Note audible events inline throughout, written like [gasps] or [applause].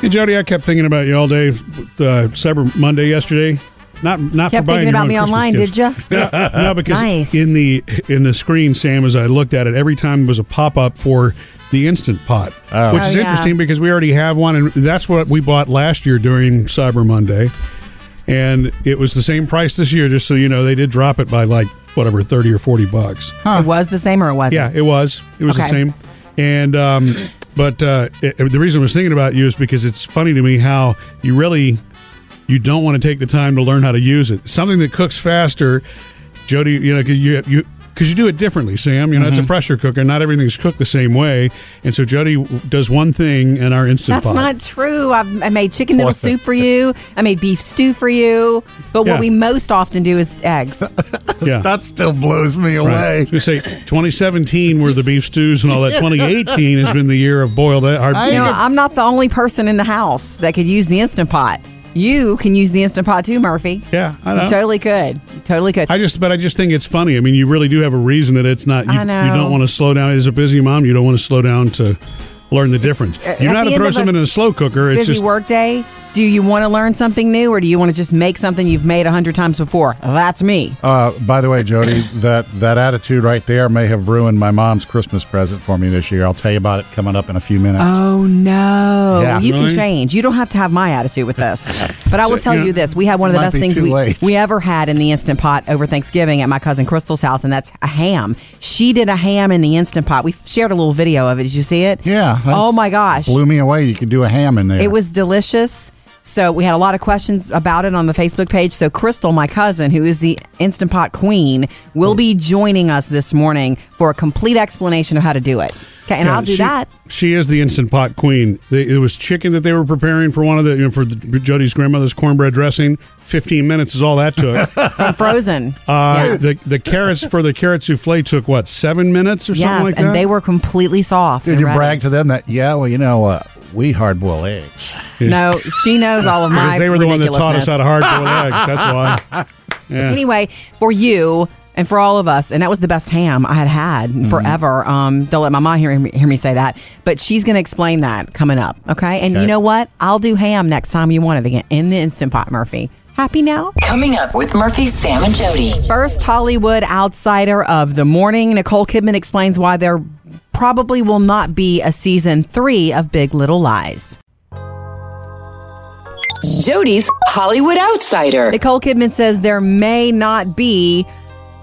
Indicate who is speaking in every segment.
Speaker 1: Hey, Jody, I kept thinking about you all day, with, uh, Cyber Monday yesterday. Not not
Speaker 2: Kept
Speaker 1: for buying
Speaker 2: thinking
Speaker 1: your
Speaker 2: about
Speaker 1: own
Speaker 2: me
Speaker 1: Christmas
Speaker 2: online,
Speaker 1: gifts.
Speaker 2: did ya?
Speaker 1: No, no, because
Speaker 2: Nice.
Speaker 1: in the in the screen, Sam, as I looked at it, every time was a pop up for the Instant Pot, which
Speaker 2: Oh,
Speaker 1: is
Speaker 2: yeah.
Speaker 1: interesting because we already have one, and that's what we bought last year during Cyber Monday, and it was the same price this year. Just so you know, they did drop it by like whatever thirty or forty bucks.
Speaker 2: It was the same or it wasn't?
Speaker 1: Yeah, it was. It was the
Speaker 2: Okay.
Speaker 1: same. And um, but uh, it- the reason I was thinking about you is because it's funny to me how you really you don't want to take the time to learn how to use it. Something that cooks faster, Jody. You know, 'cause you you. Because you do it differently, Sam. You know,
Speaker 2: Mm-hmm.
Speaker 1: it's a pressure cooker. Not everything's cooked the same way. And so Jody w- does one thing in our Instant
Speaker 2: That's
Speaker 1: Pot.
Speaker 2: not true. I've, I made chicken noodle
Speaker 3: What?
Speaker 2: soup for you. I made beef stew for you. But
Speaker 1: Yeah.
Speaker 2: what we most often do is
Speaker 1: [laughs]
Speaker 2: eggs.
Speaker 1: yeah.
Speaker 3: That still blows me
Speaker 1: Right. I
Speaker 3: away.
Speaker 1: was gonna say 2017 were the beef stews and all
Speaker 2: [laughs]
Speaker 1: that. 2018 has been the year of boiled egg- hard.
Speaker 3: I-
Speaker 2: You know,
Speaker 3: Yeah.
Speaker 2: I'm not the only person in the house that could use the Instant Pot. You can use the Instant Pot too, Murphy.
Speaker 1: yeah, I know.
Speaker 2: You totally could. You totally could.
Speaker 1: I just, but I just think it's funny. I mean, you really do have a reason that it's not. You,
Speaker 2: I know.
Speaker 1: you don't want to slow down. As a busy mom, you don't want to slow down to learn the difference. You know
Speaker 2: uh, at
Speaker 1: how
Speaker 2: the
Speaker 1: to
Speaker 2: end
Speaker 1: throw
Speaker 2: of a
Speaker 1: something in a slow cooker. It's
Speaker 2: Busy
Speaker 1: just
Speaker 2: workday. Do you want to learn something new or do you want to just make something you've made a hundred times before? That's me.
Speaker 3: Uh, by the way, Jody, that, that attitude right there may have ruined my mom's Christmas present for me this year. I'll tell you about it coming up in a few minutes.
Speaker 2: Oh no!
Speaker 3: Yeah.
Speaker 2: you can
Speaker 1: Really?
Speaker 2: change. You don't have to have my attitude with this. But
Speaker 3: [laughs]
Speaker 2: I will tell
Speaker 1: yeah.
Speaker 2: you this: we had one of the
Speaker 3: Might
Speaker 2: best
Speaker 3: be
Speaker 2: things
Speaker 3: too
Speaker 2: we
Speaker 3: late.
Speaker 2: we ever had in the instant pot over Thanksgiving at my cousin Crystal's house, and that's a ham. She did a ham in the instant pot. We shared a little video of it. Did you see it?
Speaker 3: Yeah.
Speaker 2: Oh
Speaker 3: that's-
Speaker 2: my gosh!
Speaker 3: Blew me away. You could do a ham in there.
Speaker 2: It was delicious. So we had a lot of questions about it on the Facebook page. So Crystal, my cousin, who is the Instant Pot queen, will be joining us this morning for a complete explanation of how to do it. Okay, and
Speaker 1: Yeah,
Speaker 2: I'll do
Speaker 1: she-
Speaker 2: that.
Speaker 1: She is the instant pot queen. They, it was chicken that they were preparing for one of the you know, for the, Jody's grandmother's cornbread dressing. Fifteen minutes is all that
Speaker 2: [laughs]
Speaker 1: took.
Speaker 3: [laughs]
Speaker 2: from Frozen.
Speaker 1: Uh,
Speaker 2: Yeah.
Speaker 1: The the carrots for the carrot souffle took what seven minutes or
Speaker 2: Yes,
Speaker 1: something like that.
Speaker 2: and they were completely soft.
Speaker 3: Did
Speaker 2: and
Speaker 3: you
Speaker 2: ready.
Speaker 3: brag to them that, yeah, well, you know, uh, we hard boil eggs?
Speaker 2: No, she knows
Speaker 1: [laughs]
Speaker 2: all of my.
Speaker 1: Because they were the one that taught us
Speaker 2: ridiculousness.
Speaker 1: how to hard boil eggs.
Speaker 2: [laughs]
Speaker 1: That's why.
Speaker 2: Anyway, for you and for all of us, and that was the best ham I had had
Speaker 1: Mm-hmm.
Speaker 2: in forever. Um, don't let my mom hear me, hear me say that, but she's going to explain that coming up. Okay, and you
Speaker 3: Okay.
Speaker 2: know what? I'll do ham next time you want it again in the instant pot, Murphy. Happy now?
Speaker 4: Coming up with Murphy, Sam, and Jody.
Speaker 2: First Hollywood outsider of the morning, Nicole Kidman explains why there probably will not be a season three of Big Little Lies.
Speaker 4: Jody's Hollywood Outsider.
Speaker 2: Nicole Kidman says there may not be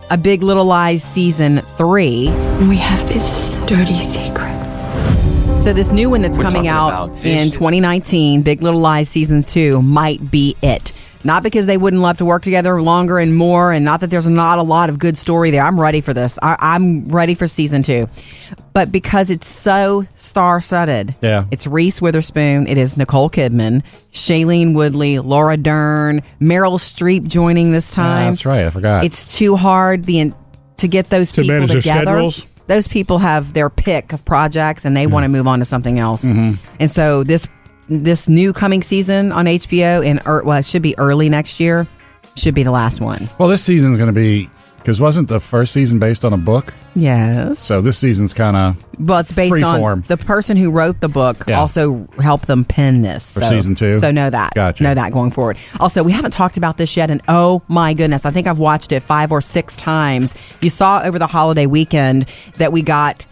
Speaker 2: a Big Little Lies season three.
Speaker 5: We have this dirty secret.
Speaker 2: So this new one that's coming out in 2019, Big Little Lies season two, might be it. Not because they wouldn't love to work together longer and more, and not that there's not a lot of good story there. I'm ready for this. I, I'm ready for season two, but because it's so star studded.
Speaker 3: Yeah.
Speaker 2: it's Reese Witherspoon. It is Nicole Kidman, Shailene Woodley, Laura Dern, Meryl Streep joining this time.
Speaker 3: that's right. I forgot.
Speaker 2: it's too hard the in- to get those
Speaker 1: To
Speaker 2: people
Speaker 1: manage their
Speaker 2: together.
Speaker 1: schedules? Mm-hmm.
Speaker 2: Those people have their pick of projects and they want to move on to something else. And so this this new coming season on HBO in er, well, it should be early next year. Should be the last one.
Speaker 3: well, this season's going to be, because wasn't the first season based on a book?
Speaker 2: Yes.
Speaker 3: So this season's kind of
Speaker 2: well, it's based on
Speaker 3: freeform.
Speaker 2: the person who wrote the book
Speaker 3: Yeah.
Speaker 2: also helped them pen this
Speaker 3: For season two?
Speaker 2: So know that.
Speaker 3: Gotcha.
Speaker 2: Know that going forward. Also, we haven't talked about this yet, and oh my goodness, I think I've watched it five or six times. You saw over the holiday weekend that we got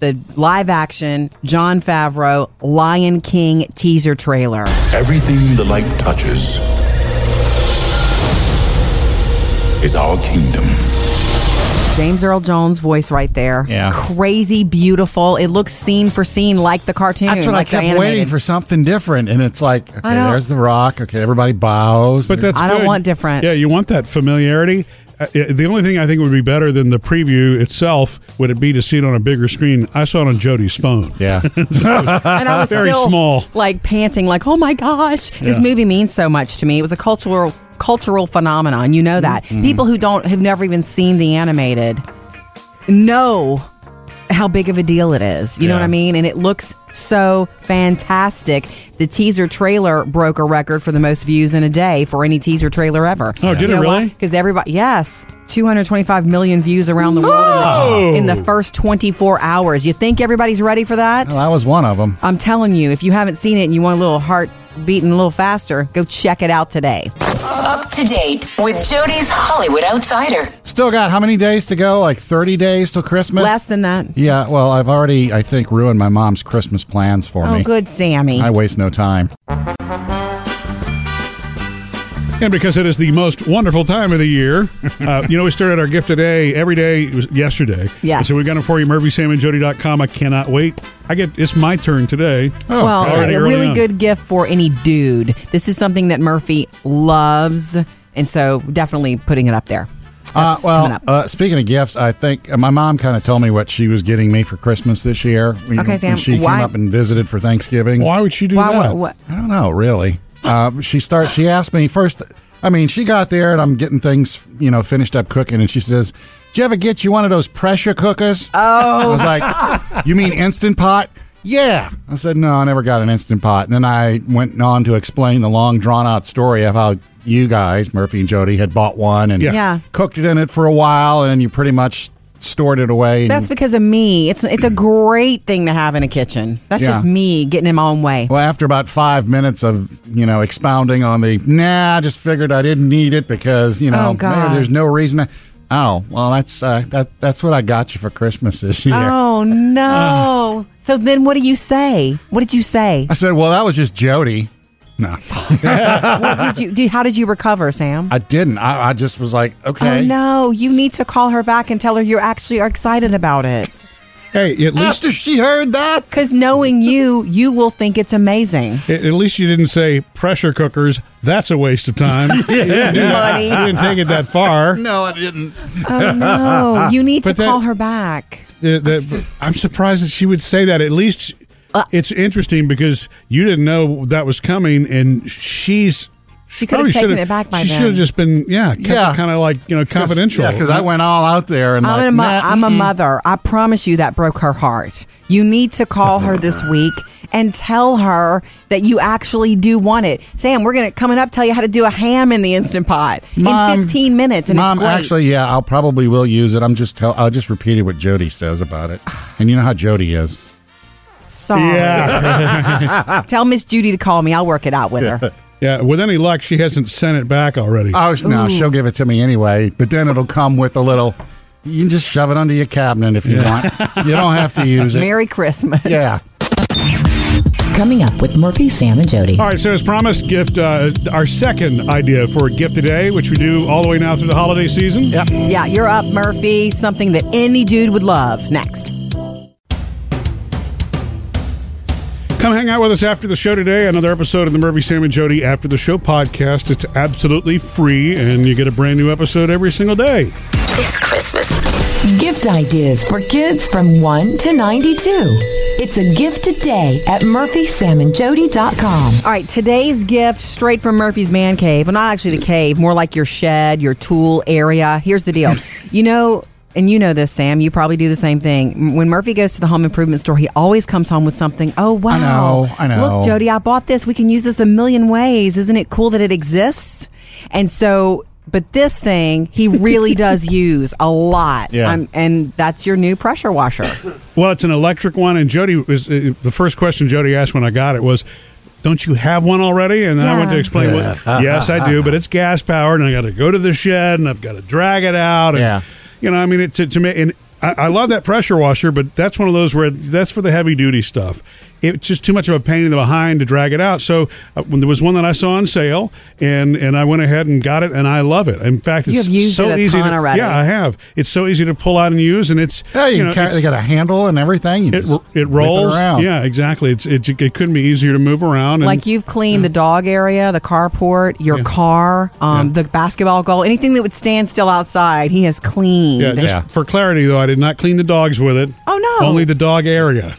Speaker 2: the live action John Favreau Lion King teaser trailer.
Speaker 6: Everything the light touches is our kingdom.
Speaker 2: James Earl Jones voice right there.
Speaker 3: Yeah.
Speaker 2: Crazy beautiful. It looks scene for scene like the cartoon.
Speaker 3: That's what
Speaker 2: like
Speaker 3: I
Speaker 2: the
Speaker 3: kept waiting
Speaker 2: animated.
Speaker 3: for something different, and it's like, okay,
Speaker 2: I know.
Speaker 3: there's the rock. Okay, everybody bows.
Speaker 1: But that's
Speaker 2: I don't
Speaker 1: good.
Speaker 2: want different.
Speaker 1: Yeah, you want that familiarity. Uh, yeah, The only thing I think would be better than the preview itself would it be to see it on a bigger screen. I saw it on Jody's phone.
Speaker 3: [laughs] yeah,
Speaker 2: and I
Speaker 1: [laughs]
Speaker 2: was
Speaker 1: Very
Speaker 2: still
Speaker 1: small.
Speaker 2: like panting, like, "Oh my gosh, this
Speaker 1: Yeah.
Speaker 2: movie means so much to me." It was a cultural cultural phenomenon. You
Speaker 1: Mm-hmm.
Speaker 2: know that people who don't have never even seen the animated know how big of a deal it is. You know
Speaker 3: Yeah.
Speaker 2: what I mean? And it looks so fantastic. The teaser trailer broke a record for the most views in a day for any teaser trailer ever.
Speaker 1: Oh, did it really?
Speaker 2: Because everybody, yes, 225 million views around the world in the, in the first 24 hours. You think everybody's ready for that?
Speaker 1: Oh,
Speaker 3: Well, I was one of them.
Speaker 2: I'm telling you, if you haven't seen it and you want a little heart beating a little faster, go check it out today.
Speaker 4: Up to date with Jody's Hollywood Outsider.
Speaker 3: Still got how many days to go? Like 30 days till Christmas?
Speaker 2: Less than that.
Speaker 3: yeah, well, I've already, I think, ruined my mom's Christmas plans for
Speaker 2: Oh,
Speaker 3: me.
Speaker 2: good, Sammy.
Speaker 3: I waste no time.
Speaker 1: And because it is the most wonderful time of the year, uh, you know, we started our gift today, every day, it was yesterday.
Speaker 2: Yes.
Speaker 1: And so we got it for you, MurphySamandJody.com. I cannot wait. I get, it's my turn today.
Speaker 3: Oh,
Speaker 2: well,
Speaker 1: already
Speaker 2: a
Speaker 1: early
Speaker 2: really
Speaker 1: on.
Speaker 2: good gift for any dude. This is something that Murphy loves, and so definitely putting it up there.
Speaker 3: Uh,
Speaker 2: That's coming
Speaker 3: well,
Speaker 2: up.
Speaker 3: uh, speaking of gifts, I think uh, my mom kind of told me what she was getting me for Christmas this year. When,
Speaker 2: Okay, Sam,
Speaker 3: when she
Speaker 2: why-
Speaker 3: came up and visited for Thanksgiving.
Speaker 1: Why would she do
Speaker 2: Why-
Speaker 1: that?
Speaker 2: why- what-
Speaker 3: I don't know, really. Uh, she starts. She asked me first. I mean, she got there and I'm getting things, you know, finished up cooking, and she says, "Did you ever get you one of those pressure cookers?" Oh, I was like, "You mean instant pot?" Yeah, I said, "No, I never got an instant pot." And then I went on to explain the long, drawn-out story of how you guys, Murphy and Jody, had bought one and
Speaker 1: Yeah.
Speaker 2: Yeah.
Speaker 3: cooked it in it for a while, and you pretty much stored it away. and-
Speaker 2: That's because of me. It's it's a great thing to have in a kitchen. That's
Speaker 3: Yeah.
Speaker 2: just me getting in my own way.
Speaker 3: Well, after about five minutes of you know expounding on the nah, I just figured I didn't need it because you know
Speaker 2: Oh, God.
Speaker 3: maybe there's no reason. To, oh well, that's uh, that that's what I got you for Christmas this year.
Speaker 2: Oh
Speaker 3: Uh.
Speaker 2: no! so then, what do you say? What did you say?
Speaker 3: I said, well, that was just Jody. No,
Speaker 2: what did you? Do, how did you recover, Sam?
Speaker 3: I didn't. I, I just was like, okay,
Speaker 2: Oh no! You need to call her back and tell her you actually are excited about it.
Speaker 1: Hey, at least,
Speaker 3: After she heard that,
Speaker 2: Because knowing [laughs] you, you will think it's amazing.
Speaker 1: at least you didn't say pressure cookers. That's a waste of
Speaker 2: [laughs]
Speaker 1: time. [laughs] yeah.
Speaker 2: Buddy.
Speaker 1: You didn't take it that far.
Speaker 3: no, I didn't.
Speaker 2: Oh no! [laughs] You need to
Speaker 1: But that-
Speaker 2: call her back.
Speaker 1: the, the, I'm surprised that she would say that. At least
Speaker 2: Uh,
Speaker 1: it's interesting because you didn't know that was coming, and she's
Speaker 2: She could have
Speaker 1: probably
Speaker 2: taken
Speaker 1: should've-
Speaker 2: it back by
Speaker 1: She
Speaker 2: then.
Speaker 1: should have just been yeah, kept
Speaker 3: Yeah.
Speaker 1: kind of like you know confidential.
Speaker 3: Yeah, because I went all out there and
Speaker 2: I'm,
Speaker 3: like,
Speaker 2: a, mo-
Speaker 3: nah,
Speaker 2: I'm a mother. I promise you that broke her heart. You need to call her this week and tell her that you actually do want it. Sam, we're gonna coming up tell you how to do a ham in the instant pot
Speaker 3: Mom-
Speaker 2: in 15 minutes, and
Speaker 3: Mom,
Speaker 2: it's great.
Speaker 3: actually, yeah, I'll probably will use it. I'm just tell I'll just repeated what Jody says about
Speaker 2: [sighs]
Speaker 3: it, and you know how Jody is.
Speaker 2: Sorry.
Speaker 1: yeah,
Speaker 2: Tell Miss Judy to call me. I'll work it out with
Speaker 3: [laughs]
Speaker 2: her.
Speaker 1: [laughs] yeah. With any luck, she hasn't sent it back already.
Speaker 3: Oh no, she'll give it to me anyway. But then it'll come with a little. You can just shove it under your cabinet if you want. You don't have to use it.
Speaker 2: [laughs] Merry Christmas.
Speaker 3: yeah.
Speaker 4: Coming up with Murphy, Sam, and Jody.
Speaker 1: All right, so as promised, gift uh, our second idea for a gift today, which we do all the way now through the holiday season. Yeah.
Speaker 2: Yeah, you're up, Murphy. Something that any dude would love. Next.
Speaker 1: Come hang out with us after the show today. Another episode of the Murphy, Sam, and Jody After the Show podcast. It's absolutely free, and you get a brand new episode every single day.
Speaker 4: This Christmas. Gift ideas for kids from 1 to 92. It's a gift today at murphysamandjody.com.
Speaker 2: All right, today's gift straight from Murphy's Man Cave. Well, not actually the cave, more like your shed, your tool area. Here's the
Speaker 3: [laughs]
Speaker 2: deal. you know, and you know this, Sam, you probably do the same thing. When Murphy goes to the home improvement store, he always comes home with something. Oh, wow.
Speaker 3: know, I know.
Speaker 2: Look, Jody, I bought this. We can use this a million ways. Isn't it cool that it exists? And so. But this thing he
Speaker 3: [laughs]
Speaker 2: really does use a lot,
Speaker 3: Yeah.
Speaker 2: and that's your new pressure washer.
Speaker 1: Well, it's an electric one, and Jody was uh, the first question Jody asked when I got it was, "Don't you have one already?" And then I went to
Speaker 2: Yeah.
Speaker 1: explain, what,
Speaker 2: [laughs]
Speaker 1: "Yes, I do, but it's gas powered, and I got to go to the shed, and I've got to drag it out." And,
Speaker 3: Yeah.
Speaker 1: you know, I mean, it, to to me, and I, I love that pressure washer, but that's one of those where that's for the heavy duty stuff. It's just too much of a pain in the behind to drag it out. So uh, when there was one that I saw on sale, and and I went ahead and got it, and I love it. In fact, it's
Speaker 2: have used
Speaker 1: so
Speaker 2: it a
Speaker 1: easy.
Speaker 2: ton
Speaker 1: to,
Speaker 2: already.
Speaker 1: Yeah, I have. It's so easy to pull out and use, and it's
Speaker 3: Yeah, you,
Speaker 1: you
Speaker 3: can
Speaker 1: know,
Speaker 3: carry,
Speaker 1: it's-
Speaker 3: they got a handle and everything. You
Speaker 1: it,
Speaker 3: just
Speaker 1: r- it
Speaker 3: whip
Speaker 1: rolls.
Speaker 3: around.
Speaker 1: Yeah, exactly. It's, it's it couldn't be easier to move around. And
Speaker 2: like you've cleaned the dog area, the carport, your car, um, the basketball goal, anything that would stand still outside, he has cleaned.
Speaker 1: Yeah, just
Speaker 3: Yeah.
Speaker 1: for clarity though, I did not clean the dogs with it.
Speaker 2: Oh, no.
Speaker 1: Only the dog
Speaker 2: [laughs]
Speaker 1: area.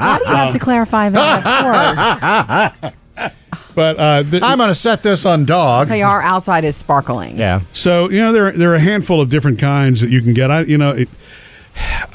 Speaker 2: Why do you have to
Speaker 1: [laughs]
Speaker 2: clarify that? Of course.
Speaker 1: But uh, th-
Speaker 3: I'm going to set this on dog.
Speaker 2: so our outside is sparkling.
Speaker 3: Yeah.
Speaker 1: so you know there there are a handful of different kinds that you can get. I you know it,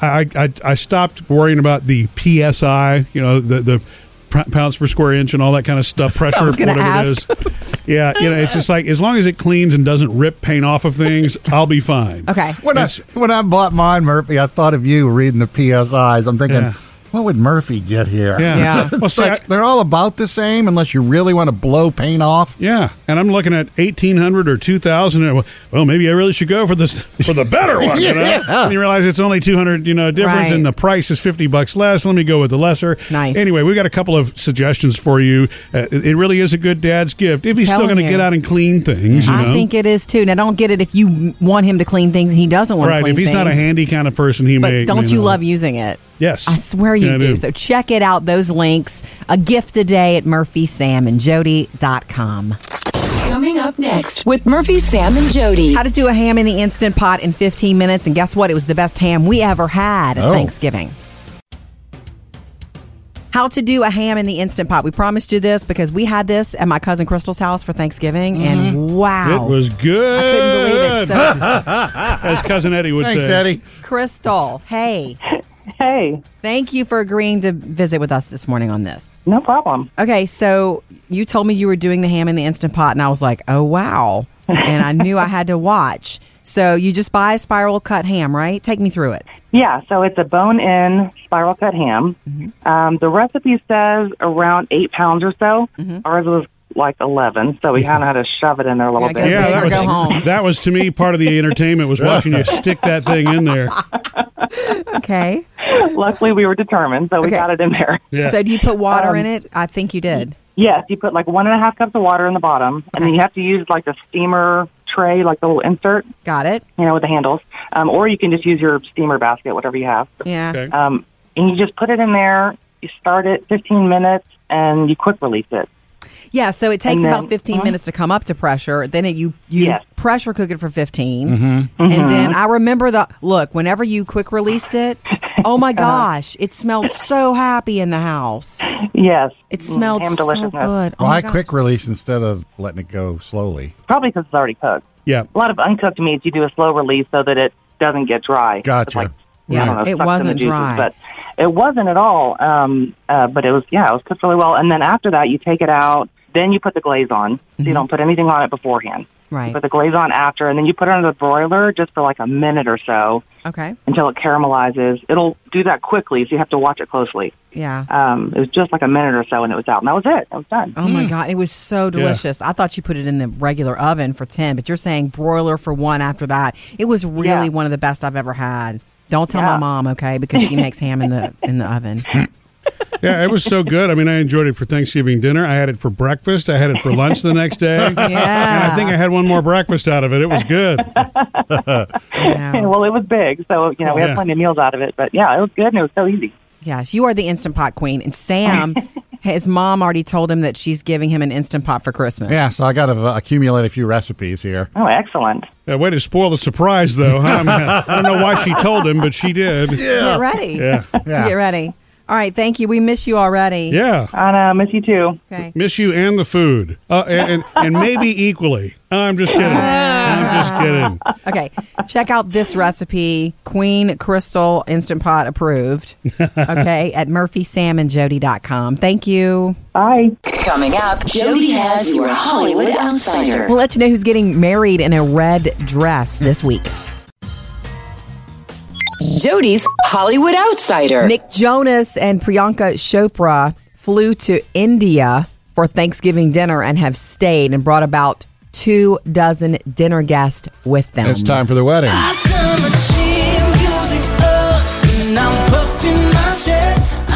Speaker 1: I, I I stopped worrying about the psi, you know, the the pr- pounds per square inch and all that kind of
Speaker 2: [laughs]
Speaker 1: stuff, pressure,
Speaker 2: was gonna
Speaker 1: whatever
Speaker 2: ask.
Speaker 1: it is. Yeah, you know, it's just like as long as it cleans and doesn't rip paint off of things, I'll be fine.
Speaker 2: Okay.
Speaker 3: When I, when I bought mine, Murphy, I thought of you reading the PSIs. I'm thinking,
Speaker 1: Yeah.
Speaker 3: what would Murphy get here?
Speaker 1: Yeah.
Speaker 2: Yeah.
Speaker 1: Well,
Speaker 3: It's
Speaker 1: see, I-
Speaker 3: like, they're all about the same unless you really want to blow paint off.
Speaker 1: Yeah, and I'm looking at eighteen hundred or two thousand. And well, well, maybe I really should go for this [laughs] for the better one.
Speaker 2: [laughs]
Speaker 1: You know?
Speaker 3: Yeah.
Speaker 1: And you realize it's only two hundred, you know, difference,
Speaker 2: Right.
Speaker 1: and the price is fifty bucks less. Let me go with the lesser.
Speaker 2: Nice.
Speaker 1: Anyway, we got a couple of suggestions for you. Uh, it it really is a good dad's gift if he's still
Speaker 2: Telling
Speaker 1: going to
Speaker 2: you.
Speaker 1: get out and clean things. You
Speaker 2: I
Speaker 1: know?
Speaker 2: think it is too. Now, don't get it if you want him to clean things and he doesn't want to
Speaker 1: right.
Speaker 2: clean
Speaker 1: If he's
Speaker 2: things.
Speaker 1: not a handy kind of person, he
Speaker 2: but
Speaker 1: may.
Speaker 2: don't
Speaker 1: may
Speaker 2: you
Speaker 1: not.
Speaker 2: love using it?
Speaker 1: Yes.
Speaker 2: I swear you
Speaker 1: Yeah, I
Speaker 2: do.
Speaker 1: do.
Speaker 2: So check it out. Those links. A gift a day at murphysamandjody.com.
Speaker 4: Coming up next with Murphy, Sam, and Jody.
Speaker 2: How to do a ham in the Instant Pot in 15 minutes. And guess what? It was the best ham we ever had at
Speaker 3: Oh.
Speaker 2: Thanksgiving. How to do a ham in the Instant Pot. We promised you this because we had this at my cousin Crystal's house for Thanksgiving. And wow.
Speaker 1: Mm-hmm. It was good.
Speaker 2: I couldn't believe it. So,
Speaker 1: [laughs] As cousin Eddie would
Speaker 3: Thanks,
Speaker 1: say.
Speaker 3: Eddie.
Speaker 2: Crystal, hey,
Speaker 7: Hey,
Speaker 2: thank you for agreeing to visit with us this morning on this.
Speaker 7: no problem.
Speaker 2: Okay, so you told me you were doing the ham in the instant pot, and I was like, oh wow, and I knew I had to watch. So you just buy a spiral cut ham, right? Take me through it.
Speaker 7: Yeah, so it's a bone in spiral cut ham.
Speaker 2: Mm-hmm.
Speaker 7: Um, the recipe says around eight pounds or so.
Speaker 2: Mm-hmm.
Speaker 7: Ours was like 11, so we kind of had to shove it in there a
Speaker 2: Yeah,
Speaker 7: little
Speaker 2: I
Speaker 7: bit.
Speaker 2: guess.
Speaker 1: Yeah,
Speaker 2: Big
Speaker 1: that
Speaker 2: or
Speaker 1: was,
Speaker 2: go
Speaker 1: [laughs]
Speaker 2: home.
Speaker 1: that was to me part of the entertainment was watching [laughs] you stick that thing in there.
Speaker 2: Okay.
Speaker 7: [laughs] Luckily, we were determined, so we
Speaker 2: Okay.
Speaker 7: got it in there.
Speaker 1: [laughs] Yeah.
Speaker 2: So do you put water
Speaker 7: Um,
Speaker 2: in it? I think you did.
Speaker 7: Yes, you put like one and a half cups of water in the bottom, and then you have to use like the steamer tray, like the little insert,
Speaker 2: Got it.
Speaker 7: you know, with the handles. Um, or you can just use your steamer basket, whatever you have.
Speaker 2: Yeah.
Speaker 1: Okay.
Speaker 7: Um, and you just put it in there, you start it 15 minutes, and you quick release it.
Speaker 2: Yeah. So it takes
Speaker 7: And then-
Speaker 2: about 15
Speaker 7: Mhm.
Speaker 2: minutes to come up to pressure. Then it, you you
Speaker 7: Yes. Mm-hmm.
Speaker 2: pressure cook it for 15,
Speaker 1: Mm-hmm.
Speaker 2: and then I remember the look whenever you quick released it. Oh
Speaker 7: [laughs] Uh-huh.
Speaker 2: my gosh, it smelled so happy in the house.
Speaker 7: Yes. Mm,
Speaker 2: It smelled
Speaker 7: ham
Speaker 2: so
Speaker 7: deliciousness.
Speaker 2: good. Oh
Speaker 3: Why
Speaker 2: my gosh.
Speaker 3: quick release instead of letting it go slowly?
Speaker 7: Probably because it's already cooked.
Speaker 1: Yeah.
Speaker 7: A lot of uncooked meats, you do a slow release so that it doesn't get dry.
Speaker 3: Gotcha.
Speaker 7: It's like,
Speaker 2: Yeah,
Speaker 7: I don't know,
Speaker 2: it
Speaker 7: sucks in the
Speaker 2: wasn't
Speaker 7: juices,
Speaker 2: dry.
Speaker 7: But it wasn't at all. Um, uh, but it was, yeah, it was cooked really well. And then after that, you take it out. Then you put the glaze on. So
Speaker 2: Mm-hmm.
Speaker 7: you don't put anything on it beforehand.
Speaker 2: Right.
Speaker 7: You put the glaze on after, and then you put it on the broiler just for like a minute or so
Speaker 2: Okay.
Speaker 7: until it caramelizes. It'll do that quickly, so you have to watch it closely.
Speaker 2: Yeah.
Speaker 7: Um, it was just like a minute or so, and it was out. And that was it. That was done.
Speaker 2: Oh
Speaker 3: Mm.
Speaker 2: my god, it was so delicious. I thought you put it in the regular oven for 10, but you're saying broiler for 1 after that. It was really
Speaker 7: Yeah.
Speaker 2: one of the best I've ever had. Don't tell my
Speaker 7: Yeah.
Speaker 2: mom, okay, because she makes ham in
Speaker 7: [laughs]
Speaker 2: the in the oven.
Speaker 1: Yeah, it was so good. I mean, I enjoyed it for Thanksgiving dinner. I had it for breakfast. I had it for lunch the next day. [laughs] Yeah. And I think I had one more breakfast out of it. It was good.
Speaker 2: Yeah.
Speaker 7: [laughs] Well, it was big, so you know we
Speaker 1: Yeah.
Speaker 7: had plenty of meals out of it. But yeah, it was good, and it was so easy.
Speaker 2: Yes, you are the instant pot queen and Sam
Speaker 7: [laughs]
Speaker 2: his mom already told him that she's giving him an instant pot for Christmas.
Speaker 3: Yeah, so I got to uh, accumulate a few recipes here.
Speaker 7: Oh, excellent!
Speaker 1: Uh, way to spoil the surprise, though. Huh? I, mean, I don't know why she told him, but she did. Yeah.
Speaker 2: Get ready.
Speaker 1: Yeah.
Speaker 3: Yeah.
Speaker 2: Get ready. All right, thank you. We miss you already.
Speaker 7: I uh, miss you too.
Speaker 2: Okay.
Speaker 1: Miss you and the food. Uh, and, and, and maybe equally. I'm just kidding. I'm just kidding.
Speaker 2: Okay, check out this recipe, Queen Crystal Instant Pot approved. Okay, at murphysamandjody.com. Thank you.
Speaker 7: Bye.
Speaker 4: Coming up, Jody has your Hollywood Outsider.
Speaker 2: We'll let you know who's getting married in a red dress this week.
Speaker 4: Jody's Hollywood Outsider.
Speaker 2: Nick Jonas and Priyanka Chopra flew to India for Thanksgiving dinner and have stayed and brought about two dozen dinner guests with them.
Speaker 3: It's time for the wedding.
Speaker 2: Ah,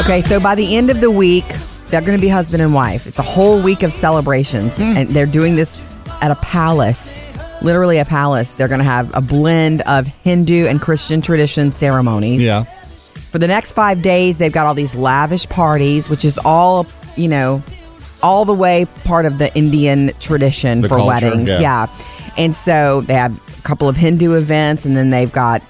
Speaker 2: Okay, so by the end of the week, they're going to be husband and wife. It's a whole week of celebrations, and they're doing this at a palace, literally a palace. They're going to have a blend of Hindu and Christian tradition ceremonies.
Speaker 3: Yeah.
Speaker 2: For the next five days, they've got all these lavish parties, which is all, you know, all the way part of the Indian tradition
Speaker 3: The
Speaker 2: for
Speaker 3: culture,
Speaker 2: weddings.
Speaker 3: yeah.
Speaker 2: yeah. And so they have a couple of Hindu events, and then they've got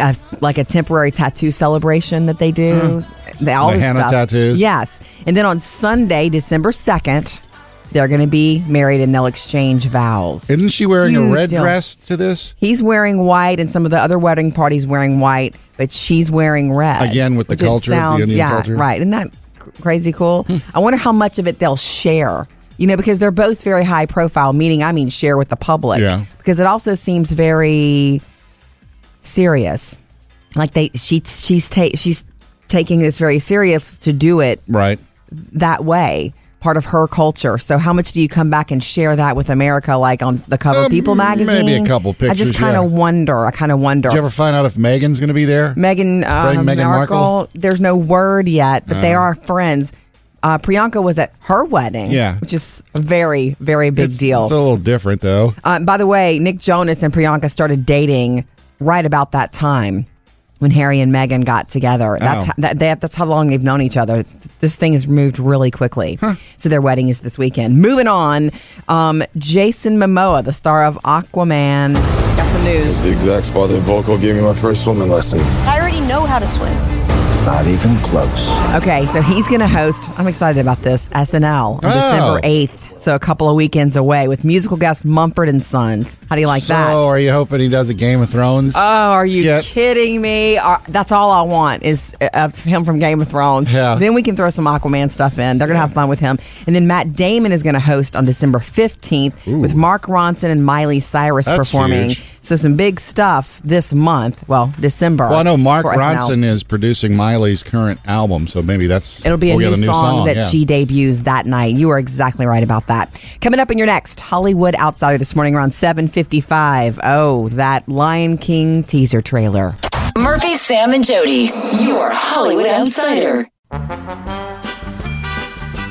Speaker 2: uh, like a temporary tattoo celebration that they do. They all
Speaker 3: Hmm. The
Speaker 2: this
Speaker 3: henna
Speaker 2: stuff.
Speaker 3: tattoos.
Speaker 2: Yes, and then on Sunday, December second, they're going to be married and they'll exchange vows.
Speaker 3: Isn't she wearing a
Speaker 2: Huge
Speaker 3: red
Speaker 2: deal.
Speaker 3: dress to this?
Speaker 2: He's wearing white, and some of the other wedding parties wearing white. but she's wearing red
Speaker 3: Again, with the
Speaker 2: which it
Speaker 3: culture, the Indian
Speaker 2: yeah,
Speaker 3: culture. Hmm.
Speaker 2: right. Isn't that cr- crazy cool? I wonder how much of it they'll share. You know, because they're both very high profile. Meaning, I mean, share with the public.
Speaker 3: Yeah.
Speaker 2: Because it also seems very serious. Like they, she, she's ta- she's taking this very serious to do it
Speaker 3: Right.
Speaker 2: that way part of her culture so how much do you come back and share that with america like on the cover
Speaker 3: Um,
Speaker 2: of people
Speaker 3: maybe a
Speaker 2: magazine
Speaker 3: couple
Speaker 2: i just
Speaker 3: pictures,
Speaker 2: kind
Speaker 3: yeah.
Speaker 2: of wonder i kind of wonder
Speaker 3: Did you ever find out if Megan's going to be there?
Speaker 2: Meghan, uh,
Speaker 3: Friend Meghan
Speaker 2: Markle,
Speaker 3: Markle? Uh-huh.
Speaker 2: There's no word yet, but they are friends. Uh, Priyanka was at her wedding,
Speaker 3: Yeah.
Speaker 2: which is a very, very big
Speaker 3: It's-
Speaker 2: deal.
Speaker 3: It's a little different though.
Speaker 2: Uh, by the way, Nick Jonas and Priyanka started dating right about that time when Harry and Meghan got together. That's
Speaker 3: Oh.
Speaker 2: how, that, that, that's how long they've known each other. It's, this thing has moved really quickly. So their wedding is this weekend. Moving on, um, Jason Momoa, the star of Aquaman, got some news.
Speaker 8: the exact spot that Volko gave me my first swimming lesson.
Speaker 9: I already know how to swim.
Speaker 8: Not even close.
Speaker 2: Okay, so he's going to host. I'm excited about this SNL on
Speaker 3: Oh.
Speaker 2: December 8th. So a couple of weekends away with musical guest Mumford and Sons. How do you like
Speaker 3: so,
Speaker 2: that?
Speaker 3: are you hoping he does a Game of Thrones?
Speaker 2: Oh, are you
Speaker 3: skit?
Speaker 2: kidding me? Are- that's all I want is uh, uh, him from Game of Thrones.
Speaker 3: Yeah.
Speaker 2: Then we can throw some Aquaman stuff in. They're going to have fun with him. And then Matt Damon is going to host on December 15th with Mark Ronson and Miley Cyrus
Speaker 3: That's
Speaker 2: performing.
Speaker 3: huge.
Speaker 2: So some big stuff this month. Well, December.
Speaker 3: Well, I know Mark
Speaker 2: for SNL.
Speaker 3: Ronson is producing Miley's current album, so maybe that's
Speaker 2: It'll be a,
Speaker 3: oh, we
Speaker 2: new,
Speaker 3: got
Speaker 2: song, that
Speaker 3: yeah.
Speaker 2: she debuts that night. You are exactly right about that. Coming up in your next Hollywood Outsider this morning around 7:55. Oh, that Lion King teaser trailer.
Speaker 4: Murphy, Sam, and Jody, your Hollywood Outsider.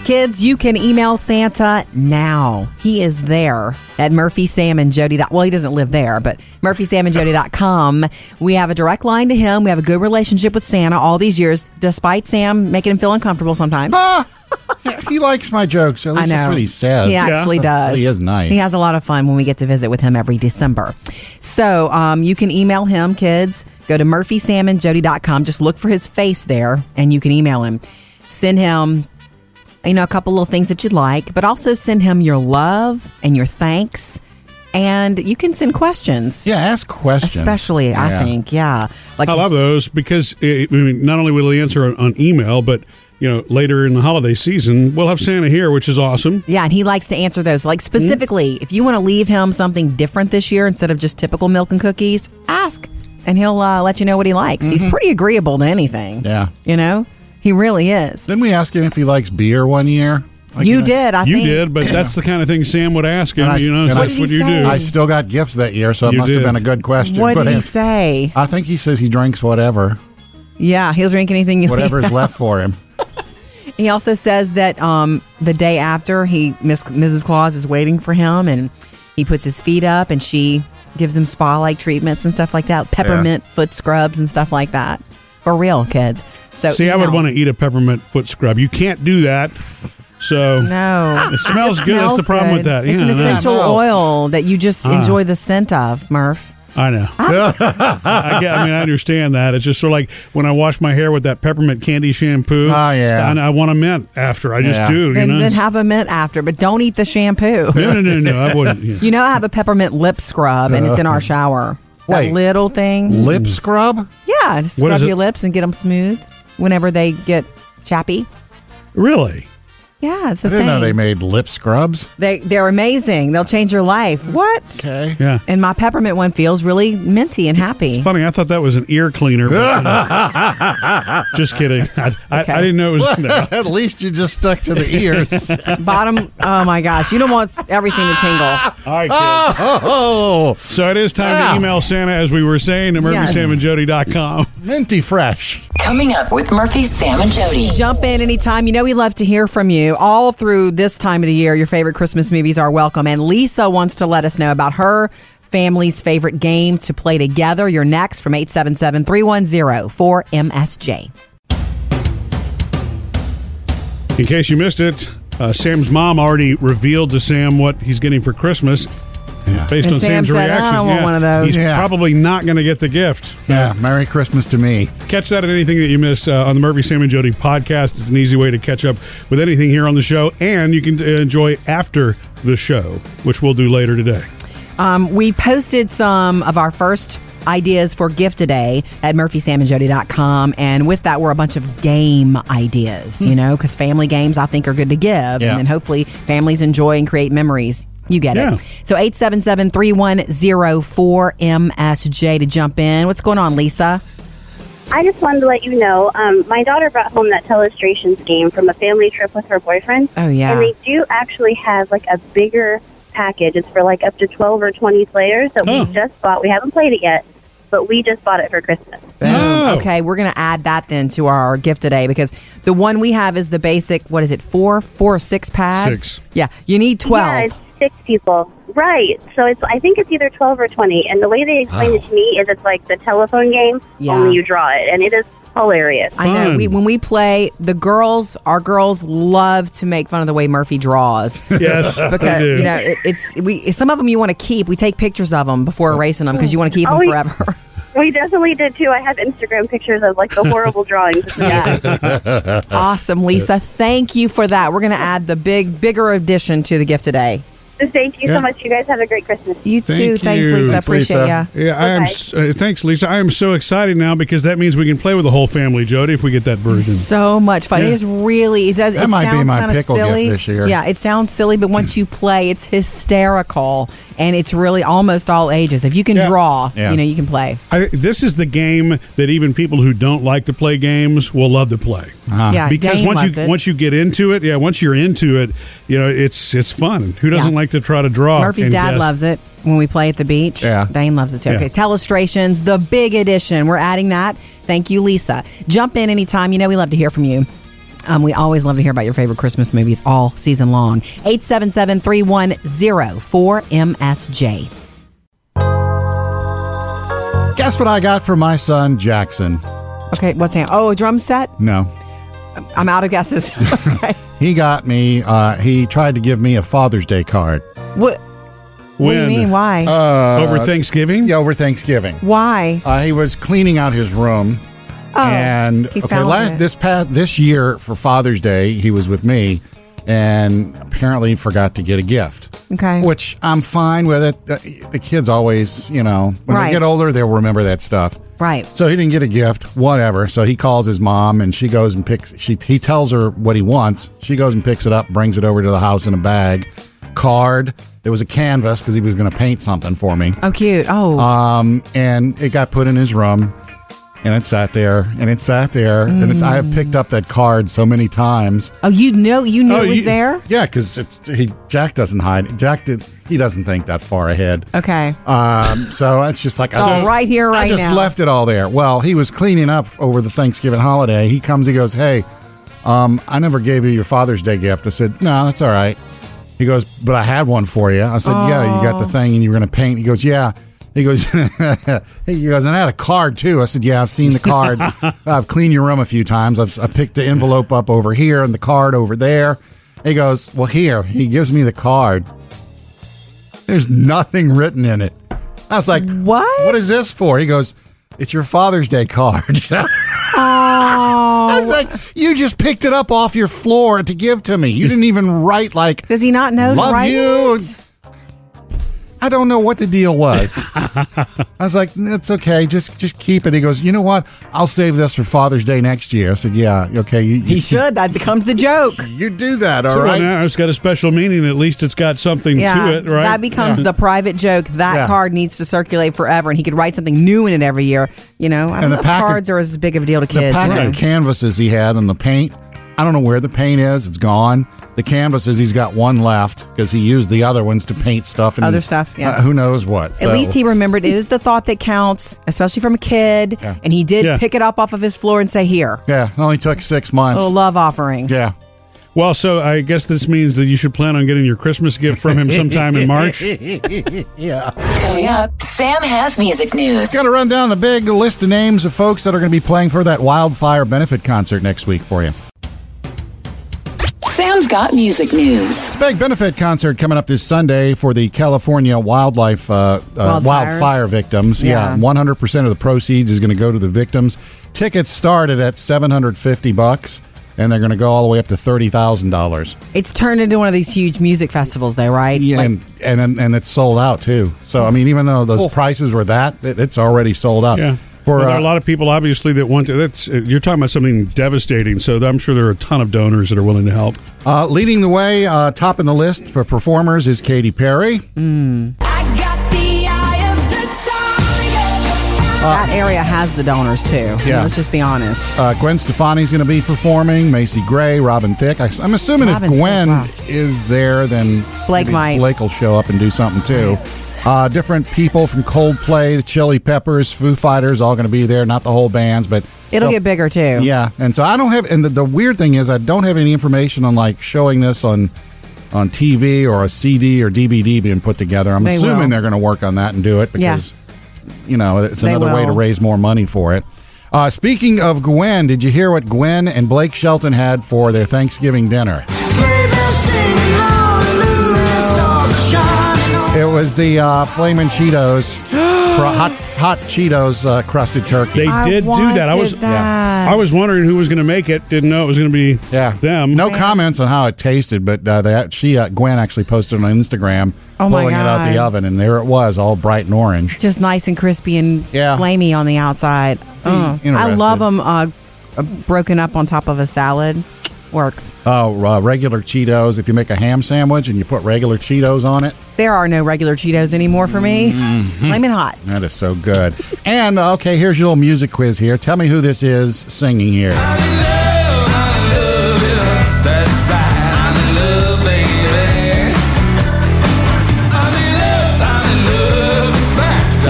Speaker 2: Kids, you can email Santa now. He is there at Murphy, Sam, and Jody. Well, he doesn't live there, but murphysamandjody.com. We have a direct line to him. We have a good relationship with Santa all these years, despite Sam making him feel uncomfortable sometimes.
Speaker 3: Ah! he likes my jokes. At least that's what he says.
Speaker 2: He actually does.
Speaker 3: He is nice.
Speaker 2: He has a lot of fun when we get to visit with him every December. So um, you can email him, kids. Go to murphysamandjody.com. Just look for his face there, and you can email him. Send him, you know, a couple little things that you'd like, but also send him your love and your thanks. And you can send questions.
Speaker 3: Yeah, ask questions.
Speaker 2: Especially, I
Speaker 3: Yeah.
Speaker 2: think, yeah. Like
Speaker 1: I love those because it, I mean, not only will he answer on, on email, but you know later in the holiday season we'll have Santa here, which is awesome.
Speaker 2: Yeah, and he likes to answer those.
Speaker 1: Hmm?
Speaker 2: Like specifically, if you want to leave him something different this year instead of just typical milk and cookies, ask, and he'll uh, let you know what he likes.
Speaker 1: Mm-hmm.
Speaker 2: He's pretty agreeable to anything.
Speaker 3: Yeah.
Speaker 2: you know, he really is.
Speaker 3: Didn't we ask him if he likes beer one year? Like,
Speaker 2: you
Speaker 3: know,
Speaker 2: did, I
Speaker 1: you
Speaker 2: think.
Speaker 1: did,
Speaker 2: [coughs]
Speaker 1: but that's the kind of thing Sam would ask him.
Speaker 3: And I-
Speaker 1: you know,
Speaker 3: and
Speaker 1: so
Speaker 3: I-
Speaker 1: that's what
Speaker 2: What did he
Speaker 1: you do.
Speaker 2: say?
Speaker 3: I still got gifts that year, so it
Speaker 1: You
Speaker 3: must
Speaker 1: did.
Speaker 3: have been a good question.
Speaker 2: What
Speaker 3: Good
Speaker 2: did he
Speaker 3: answer.
Speaker 2: say?
Speaker 3: I think he says he drinks whatever,
Speaker 2: Yeah, he'll drink anything you
Speaker 3: whatever is left
Speaker 1: [laughs]
Speaker 3: for him.
Speaker 2: [laughs] He also says that um, the day after he Miss, Mrs. Claus is waiting for him, and he puts his feet up, and she gives him spa like treatments and stuff like that, peppermint foot scrubs and stuff like that. For real, kids. So
Speaker 1: See, I would
Speaker 2: email-
Speaker 1: want to eat a peppermint foot scrub. You can't do that. So
Speaker 2: No,
Speaker 1: It smells
Speaker 2: just
Speaker 1: good. That's the problem with
Speaker 2: good.
Speaker 1: that.
Speaker 2: It's
Speaker 1: Yeah,
Speaker 2: an
Speaker 1: I know.
Speaker 2: essential
Speaker 3: No.
Speaker 2: oil that you just enjoy the scent of, Murph.
Speaker 1: I know. [laughs] I, get- I mean, I understand that. It's just sort of like when I wash my hair with that peppermint candy shampoo.
Speaker 3: Oh, yeah.
Speaker 1: and I want a mint after. I just
Speaker 3: Yeah.
Speaker 1: do. You
Speaker 2: Then,
Speaker 1: know.
Speaker 2: then have a mint after, but don't eat the shampoo.
Speaker 1: no, no, no, no. I wouldn't. yeah.
Speaker 2: [laughs] You know, I have a peppermint lip scrub, and it's in
Speaker 1: Uh-huh.
Speaker 2: our shower.
Speaker 3: Wait.
Speaker 2: That little thing.
Speaker 3: Lip scrub?
Speaker 2: Yeah, just
Speaker 1: What
Speaker 2: scrub
Speaker 1: is it?
Speaker 2: your lips and get them smooth whenever they get chappy.
Speaker 1: Really?
Speaker 2: Yeah, it's a
Speaker 3: I didn't
Speaker 2: thing.
Speaker 3: know they made lip scrubs. [laughs]
Speaker 2: they they're amazing. They'll change your life. What?
Speaker 3: Okay.
Speaker 1: Yeah.
Speaker 2: And my peppermint one feels really minty and happy.
Speaker 1: Funny, I thought that was an ear cleaner.
Speaker 3: [laughs]
Speaker 1: but- just kidding. I, I, I
Speaker 2: Okay.
Speaker 1: didn't know it was. [laughs] no.
Speaker 3: At least you just stuck to the
Speaker 1: [laughs]
Speaker 3: ears. [laughs]
Speaker 2: Bottom. Oh my gosh, you don't want everything to
Speaker 1: [laughs]
Speaker 2: tingle.
Speaker 1: All right, kids.
Speaker 3: oh,
Speaker 1: So it is time
Speaker 3: Yeah.
Speaker 1: to email Santa, as we were saying, to
Speaker 2: Yes.
Speaker 1: murphysamandjody.com.
Speaker 3: minty fresh.
Speaker 4: Coming up with Murphy, Sam, and Jody.
Speaker 2: Jump in anytime. You know we love to hear from you all through this time of the year. Your favorite Christmas movies are welcome. And Lisa wants to let us know about her family's favorite game to play together. You're next from 877-310-4MSJ.
Speaker 1: In case you missed it, uh, Sam's mom already revealed to Sam what he's getting for Christmas. Based
Speaker 2: And
Speaker 1: on
Speaker 2: Sam
Speaker 1: Sam's
Speaker 2: said, "Oh, "I
Speaker 1: reaction,
Speaker 2: don't want one of those."
Speaker 1: He's
Speaker 3: Yeah.
Speaker 1: probably not going to get the gift.
Speaker 3: Yeah, Merry Christmas to me.
Speaker 1: Catch that at anything that you missed uh, on the Murphy, Sam, and Jody podcast. It's an easy way to catch up with anything here on the show, and you can uh, enjoy after the show, which we'll do later today.
Speaker 2: Um, we posted some of our first ideas for gift today at murphysamandjody.com. And with that, were a bunch of game ideas, you know, because family games I think are good to give.
Speaker 3: Yeah.
Speaker 2: And then hopefully families enjoy and create memories. You get
Speaker 1: Yeah.
Speaker 2: it. So 877 msj to jump in. What's going on, Lisa?
Speaker 9: I just wanted to let you know um, my daughter brought home that Telestrations game from a family trip with her boyfriend.
Speaker 2: Oh, yeah.
Speaker 9: And they do actually have like a bigger package. It's for like up to 12 or 20 players that
Speaker 1: Oh.
Speaker 9: we just bought. We haven't played it yet, but we just bought it for Christmas.
Speaker 1: Oh.
Speaker 2: Okay, we're gonna add that then to our gift today because the one we have is the basic. What is it? Four, four or six pads?
Speaker 1: Six.
Speaker 2: Yeah, you need
Speaker 9: Yeah,
Speaker 2: twelve.
Speaker 9: it's six people. Right. So it's I think it's either 12 or 20. And the way they explained it to me is it's like the telephone game,
Speaker 2: Yeah.
Speaker 9: only you draw it. And it is hilarious.
Speaker 2: I know.
Speaker 1: Fun.
Speaker 2: We, when we play, the girls, our girls love to make fun of the way Murphy draws.
Speaker 1: Yes, [laughs] I
Speaker 2: [laughs] Because
Speaker 1: do.
Speaker 2: you know, it, it's we. Some of them you want to keep. We take pictures of them before erasing them because you want to keep
Speaker 9: Oh,
Speaker 2: them
Speaker 9: we-
Speaker 2: forever. [laughs]
Speaker 9: We definitely did too. I have Instagram pictures of like the horrible [laughs] drawings.
Speaker 2: Yes.
Speaker 1: [laughs]
Speaker 2: awesome, Lisa. Thank you for that. We're gonna add the big, bigger addition to the gift today.
Speaker 9: Thank you
Speaker 1: Yeah.
Speaker 9: so much. You guys have a great Christmas.
Speaker 2: You
Speaker 1: Thank you.
Speaker 2: too. Thanks, Lisa.
Speaker 1: Thanks,
Speaker 2: Appreciate
Speaker 3: Lisa.
Speaker 2: ya.
Speaker 1: Yeah, I am.
Speaker 9: Okay.
Speaker 1: s- Uh, thanks, Lisa. I am so excited now because that means we can play with the whole family, Jody, if we get that version.
Speaker 2: So much fun. It
Speaker 1: Yeah.
Speaker 2: is really. It does.
Speaker 3: That
Speaker 2: it
Speaker 3: might be
Speaker 2: sounds
Speaker 3: my
Speaker 2: kinda
Speaker 3: pickle gift
Speaker 2: silly.
Speaker 3: this year.
Speaker 2: Yeah, it sounds silly, but once you play, it's hysterical, and it's really almost all ages. If you can
Speaker 1: Yeah.
Speaker 2: draw,
Speaker 3: Yeah.
Speaker 2: you know you can play.
Speaker 1: I, this is the game that even people who don't like to play games will love to play.
Speaker 2: Yeah,
Speaker 1: because
Speaker 2: Dane
Speaker 1: once
Speaker 2: loves
Speaker 1: you
Speaker 2: it.
Speaker 1: once you get into it, yeah, once you're into it, you know it's it's fun. Who doesn't
Speaker 2: Yeah.
Speaker 1: like to try to draw?
Speaker 2: Murphy's
Speaker 1: and
Speaker 2: dad
Speaker 1: guess?
Speaker 2: loves it when we play at the beach.
Speaker 3: Oh, Yeah.
Speaker 2: Dane loves it too.
Speaker 1: Yeah.
Speaker 2: Okay, Telestrations, the big edition. We're adding that. Thank you, Lisa. Jump in anytime. You know we love to hear from you. Um, we always love to hear about your favorite Christmas movies all season long. 877 310 4MSJ.
Speaker 3: Guess what I got for my son Jackson?
Speaker 2: Okay, what's that? Oh, a drum set?
Speaker 3: No.
Speaker 2: I'm out of guesses. [laughs] okay.
Speaker 3: He got me. Uh, he tried to give me a Father's Day card.
Speaker 2: What, what do you
Speaker 1: When?
Speaker 2: mean? Why?
Speaker 1: over Thanksgiving.
Speaker 3: Yeah, over Thanksgiving.
Speaker 2: Why?
Speaker 3: Uh, he was cleaning out his room,
Speaker 2: Oh,
Speaker 3: and
Speaker 2: he
Speaker 3: okay,
Speaker 2: found
Speaker 3: last
Speaker 2: it.
Speaker 3: this past this year for Father's Day, he was with me, and apparently forgot to get a gift.
Speaker 2: Okay.
Speaker 3: which I'm fine with it. Uh, The- The kids always, you know, when
Speaker 2: Right.
Speaker 3: they get older, they'll remember that stuff.
Speaker 2: Right.
Speaker 3: So he didn't get a gift, whatever. So he calls his mom, and she goes and picks. She he tells her what he wants. She goes and picks it up, brings it over to the house in a bag, card. There was a canvas because he was going to paint something for me
Speaker 2: Oh, cute. Oh,
Speaker 3: and it got put in his room and it sat there and it sat there and it's, i have picked up that card so many times
Speaker 2: oh, you know, you knew
Speaker 1: Oh,
Speaker 2: it was
Speaker 1: you-
Speaker 2: there.
Speaker 3: yeah because it's he jack doesn't hide jack did he doesn't think that far ahead
Speaker 2: Okay.
Speaker 3: um, so it's just like I
Speaker 2: Oh,
Speaker 3: just,
Speaker 2: right here, right
Speaker 3: I just
Speaker 2: now.
Speaker 3: left it all there. Well, he was cleaning up over the Thanksgiving holiday. He comes, he goes, "Hey, um, I never gave you your Father's Day gift." I said, "No, that's all right." He goes, "But I had one for you." I said, "Yeah, you got the thing, and you were going to paint." He goes, "Yeah." He goes, [laughs] he goes, and I had a card too. I said, "Yeah, I've seen the card. I've cleaned your room a few times. I've I picked the envelope up over here and the card over there." He goes, "Well, here." He gives me the card. There's nothing written in it. I was like,
Speaker 2: What?
Speaker 3: What is this for? He goes, It's your Father's Day card. [laughs] I was like, You just picked it up off your floor to give to me. You didn't even write, like,
Speaker 2: Does he not know? to
Speaker 3: Love
Speaker 2: write
Speaker 3: you.
Speaker 2: it?
Speaker 3: I don't know what the deal
Speaker 2: [laughs]
Speaker 3: was. I was like, That's okay. Just just keep it. He goes, You know what? I'll save this for Father's Day next year. I said, Yeah, okay. You,
Speaker 2: He
Speaker 3: you,
Speaker 2: should. That becomes the joke.
Speaker 3: You do that, all
Speaker 1: So
Speaker 3: right?
Speaker 1: now it's got a special meaning. At least it's got something to it, right?
Speaker 2: That becomes the private joke. That
Speaker 3: Yeah.
Speaker 2: card needs to circulate forever, and he could write something new in it every year. You know, I don't
Speaker 3: the
Speaker 2: know if
Speaker 3: packet-
Speaker 2: cards are as big of a deal to kids.
Speaker 3: The packet
Speaker 1: Right.
Speaker 3: of canvases he had and the paint. I don't know where the paint is. It's gone. The canvases, he's got one left because he used the other ones to paint stuff and
Speaker 2: Other stuff, yeah.
Speaker 3: uh, who knows what.
Speaker 2: At least he remembered it is the thought that counts, especially from a kid. And he did
Speaker 1: Yeah.
Speaker 2: pick it up off of his floor and say, "Here,
Speaker 3: Yeah, it only took six months.
Speaker 2: little love offering."
Speaker 3: yeah.
Speaker 1: well, so I guess this means that you should plan on getting your Christmas gift from him sometime in
Speaker 2: [laughs]
Speaker 1: March.
Speaker 3: yeah.
Speaker 4: Coming up, Sam has music news.
Speaker 3: Got to run down the big list of names of folks that are going to be playing for that wildfire benefit concert next week for you.
Speaker 4: Sam's got music news.
Speaker 3: Big benefit concert coming up this Sunday for the California wildlife uh, uh,
Speaker 2: Wildfires.
Speaker 3: wildfire victims.
Speaker 2: Yeah.
Speaker 3: Yeah, one hundred percent of the proceeds is going to go to the victims. Tickets started at seven hundred fifty bucks, and they're going to go all the way up to thirty thousand dollars.
Speaker 2: It's turned into one of these huge music festivals, though, right?
Speaker 3: Yeah,
Speaker 2: Like-
Speaker 3: and, and and and it's sold out too. So I mean, even though those
Speaker 1: Cool.
Speaker 3: prices were that, it, it's already sold out.
Speaker 1: Yeah.
Speaker 3: For
Speaker 1: well, there are a
Speaker 3: uh,
Speaker 1: lot of people, obviously, that want to. That's uh, you're talking about something devastating. So I'm sure there are a ton of donors that are willing to help.
Speaker 3: uh, leading the way, uh, top in the list for performers is Katy Perry.
Speaker 2: that area has the donors too. I mean,
Speaker 3: Yeah.
Speaker 2: let's just be honest.
Speaker 3: Uh, Gwen Stefani's going to be performing. Macy Gray, Robin Thicke. I, am assuming
Speaker 2: Robin
Speaker 3: if
Speaker 2: Thicke,
Speaker 3: Gwen
Speaker 2: wow.
Speaker 3: is there, then
Speaker 2: Blake
Speaker 3: maybe
Speaker 2: might.
Speaker 3: Blake will show up and do something too. Uh, different people from Coldplay, the Chili Peppers, Foo Fighters, all going to be there. Not the whole bands, but
Speaker 2: It'll
Speaker 3: they'll-
Speaker 2: get bigger too.
Speaker 3: Yeah, and so I don't have, and the, the weird thing is I don't have any information on like showing this on on TV or a CD or DVD being put together. I'm
Speaker 2: They
Speaker 3: assuming
Speaker 2: will.
Speaker 3: they're going to work on that and do it
Speaker 2: Yeah.
Speaker 3: because you know it's
Speaker 2: They
Speaker 3: another way to
Speaker 2: will.
Speaker 3: raise more money for it. Uh, speaking of Gwen, did you hear what Gwen and Blake Shelton had for their Thanksgiving dinner? It was the uh, Flamin' Cheetos, [gasps] cr- hot hot Cheetos uh, crusted turkey.
Speaker 1: They
Speaker 2: I
Speaker 1: did do that. I
Speaker 2: wanted
Speaker 1: was
Speaker 2: that.
Speaker 1: I was wondering who was going to make it. Didn't know it was going to be
Speaker 3: Yeah,
Speaker 1: them.
Speaker 3: No comments on how it tasted, but uh, that she uh, Gwen actually posted on Instagram
Speaker 2: Oh my
Speaker 3: pulling it out the
Speaker 2: God.
Speaker 3: oven, and there it was, all bright and orange.
Speaker 2: Just nice and crispy and
Speaker 3: Yeah.
Speaker 2: flamey on the outside. Uh, I
Speaker 3: interested.
Speaker 2: love them uh, broken up on top of a salad. Works.
Speaker 3: Oh, uh, regular Cheetos. If you make a ham sandwich and you put regular Cheetos on it,
Speaker 2: There are no regular Cheetos anymore for me. Flaming hot.
Speaker 3: that is
Speaker 1: [laughs]
Speaker 3: so good. and uh, okay, here's your little music quiz. Here, tell me who this is singing here.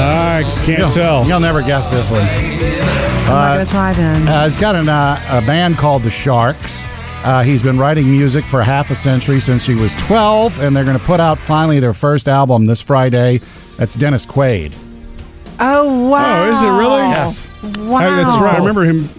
Speaker 1: I can't tell.
Speaker 3: You'll never guess this one.
Speaker 2: I'm not gonna try them.
Speaker 3: Uh, he's got an, uh, a band called The Sharks. Uh, he's been writing music for half a century since he was 12, and they're going to put out finally their first album this Friday. That's Dennis Quaid.
Speaker 2: oh wow!
Speaker 1: Oh, is it really? Yes.
Speaker 2: Wow.
Speaker 1: I- that's right. I remember him.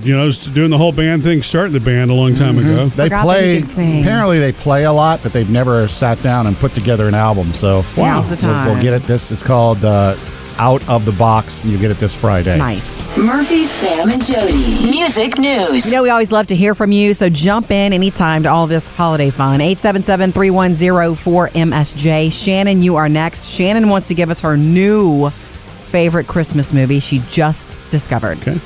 Speaker 1: You know, doing the whole band thing, starting the band a long time ago.
Speaker 3: They
Speaker 2: Forgot that he
Speaker 3: play
Speaker 2: could sing.
Speaker 3: apparently they play a lot, but they've never sat down and put together an album. So
Speaker 2: Wow. Now's the
Speaker 3: We'll- We'll,
Speaker 2: time.
Speaker 3: get it this. It's called uh, Out of the Box, and you get it this Friday.
Speaker 2: Nice.
Speaker 4: Murphy, Sam, and Jody. Music news.
Speaker 2: You know, we always love to hear from you, so jump in anytime to all this holiday fun. 877 310 4MSJ. Shannon, you are next. Shannon wants to give us her new favorite Christmas movie she just discovered.
Speaker 1: Okay.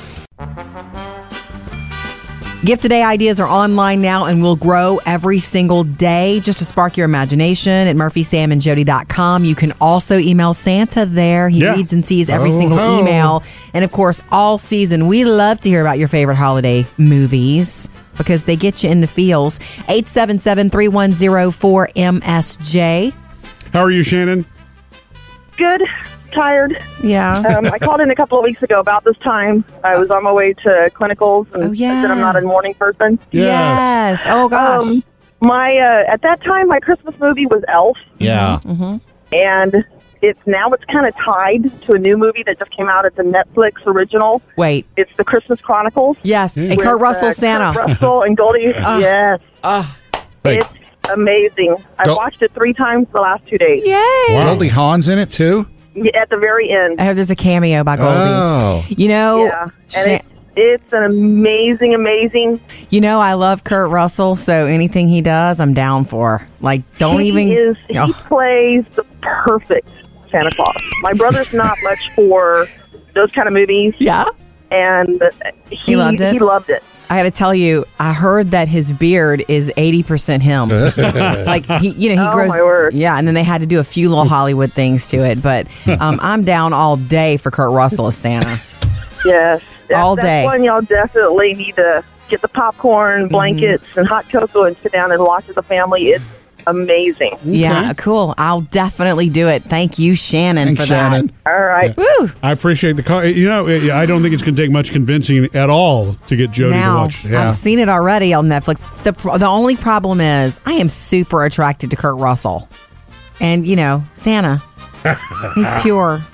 Speaker 2: Gift Today ideas are online now and will grow every single day. Just to spark your imagination at murphysamandjody.com. You can also email Santa there. He
Speaker 1: Yeah.
Speaker 2: reads and sees every
Speaker 3: Oh,
Speaker 2: single
Speaker 3: ho.
Speaker 2: email. And of course, all season, we love to hear about your favorite holiday movies because they get you in the feels. 877 310 4MSJ.
Speaker 1: How are you, Shannon?
Speaker 10: Good. Tired.
Speaker 2: Yeah.
Speaker 10: Um, I called in a couple of weeks ago about this time. I was on my way to clinicals, and
Speaker 2: Oh, yeah.
Speaker 10: I said I'm not a morning person.
Speaker 2: Yes. Oh, gosh.
Speaker 10: Um, my uh, at that time, my Christmas movie was Elf,
Speaker 3: Yeah.
Speaker 2: Mm-hmm.
Speaker 10: and it's now it's kind of tied to a new movie that just came out. It's a Netflix original.
Speaker 2: Wait.
Speaker 10: It's the Christmas Chronicles.
Speaker 2: Yes. And
Speaker 3: Hmm.
Speaker 10: with,
Speaker 2: Kurt
Speaker 10: uh,
Speaker 2: Russell, Santa.
Speaker 10: Kurt Russell and
Speaker 2: [laughs]
Speaker 10: Goldie. yes,
Speaker 3: Hey,
Speaker 10: it's amazing. I
Speaker 3: Go-
Speaker 10: watched it three times the last two days.
Speaker 2: Yay.
Speaker 3: Goldie Hawn's in it too.
Speaker 10: At the very end,
Speaker 2: I heard there's a cameo by Goldie.
Speaker 3: Oh,
Speaker 2: You know,
Speaker 10: yeah, and
Speaker 2: Shan-
Speaker 10: it's, it's an amazing, amazing
Speaker 2: You know, I love Kurt Russell, so anything he does, I'm down for. Like, don't
Speaker 10: he
Speaker 2: even. [laughs]
Speaker 10: Is, he
Speaker 2: Oh,
Speaker 10: plays the perfect Santa Claus. My brother's not much for those kind of movies,
Speaker 2: yeah.
Speaker 10: and he,
Speaker 2: loved it?
Speaker 10: He loved it.
Speaker 2: I got to tell you, I heard that his beard is 80% him. like, he, you know, he
Speaker 10: Oh,
Speaker 2: grows.
Speaker 10: my word.
Speaker 2: Yeah, and then they had to do a few little Hollywood things to it. But um, I'm down all day for Kurt Russell as Santa.
Speaker 10: Yes, That-
Speaker 2: All
Speaker 10: that's
Speaker 2: day.
Speaker 10: One
Speaker 2: Mm-hmm.
Speaker 10: y'all definitely need to get the popcorn, blankets, and hot cocoa, and sit down and watch as a family. It's amazing.
Speaker 2: Yeah, cool. I'll definitely do it. Thank you, Shannon,
Speaker 3: thanks,
Speaker 2: for
Speaker 3: Shannon.
Speaker 10: All right.
Speaker 2: that. Woo!
Speaker 1: I appreciate the call. You know, I don't think it's going to take much convincing at all to get Jody
Speaker 2: now,
Speaker 1: to watch.
Speaker 3: Yeah.
Speaker 2: I've seen it already on Netflix. The pro- the only problem is I am super attracted to Kurt Russell, and you know Santa. He's pure.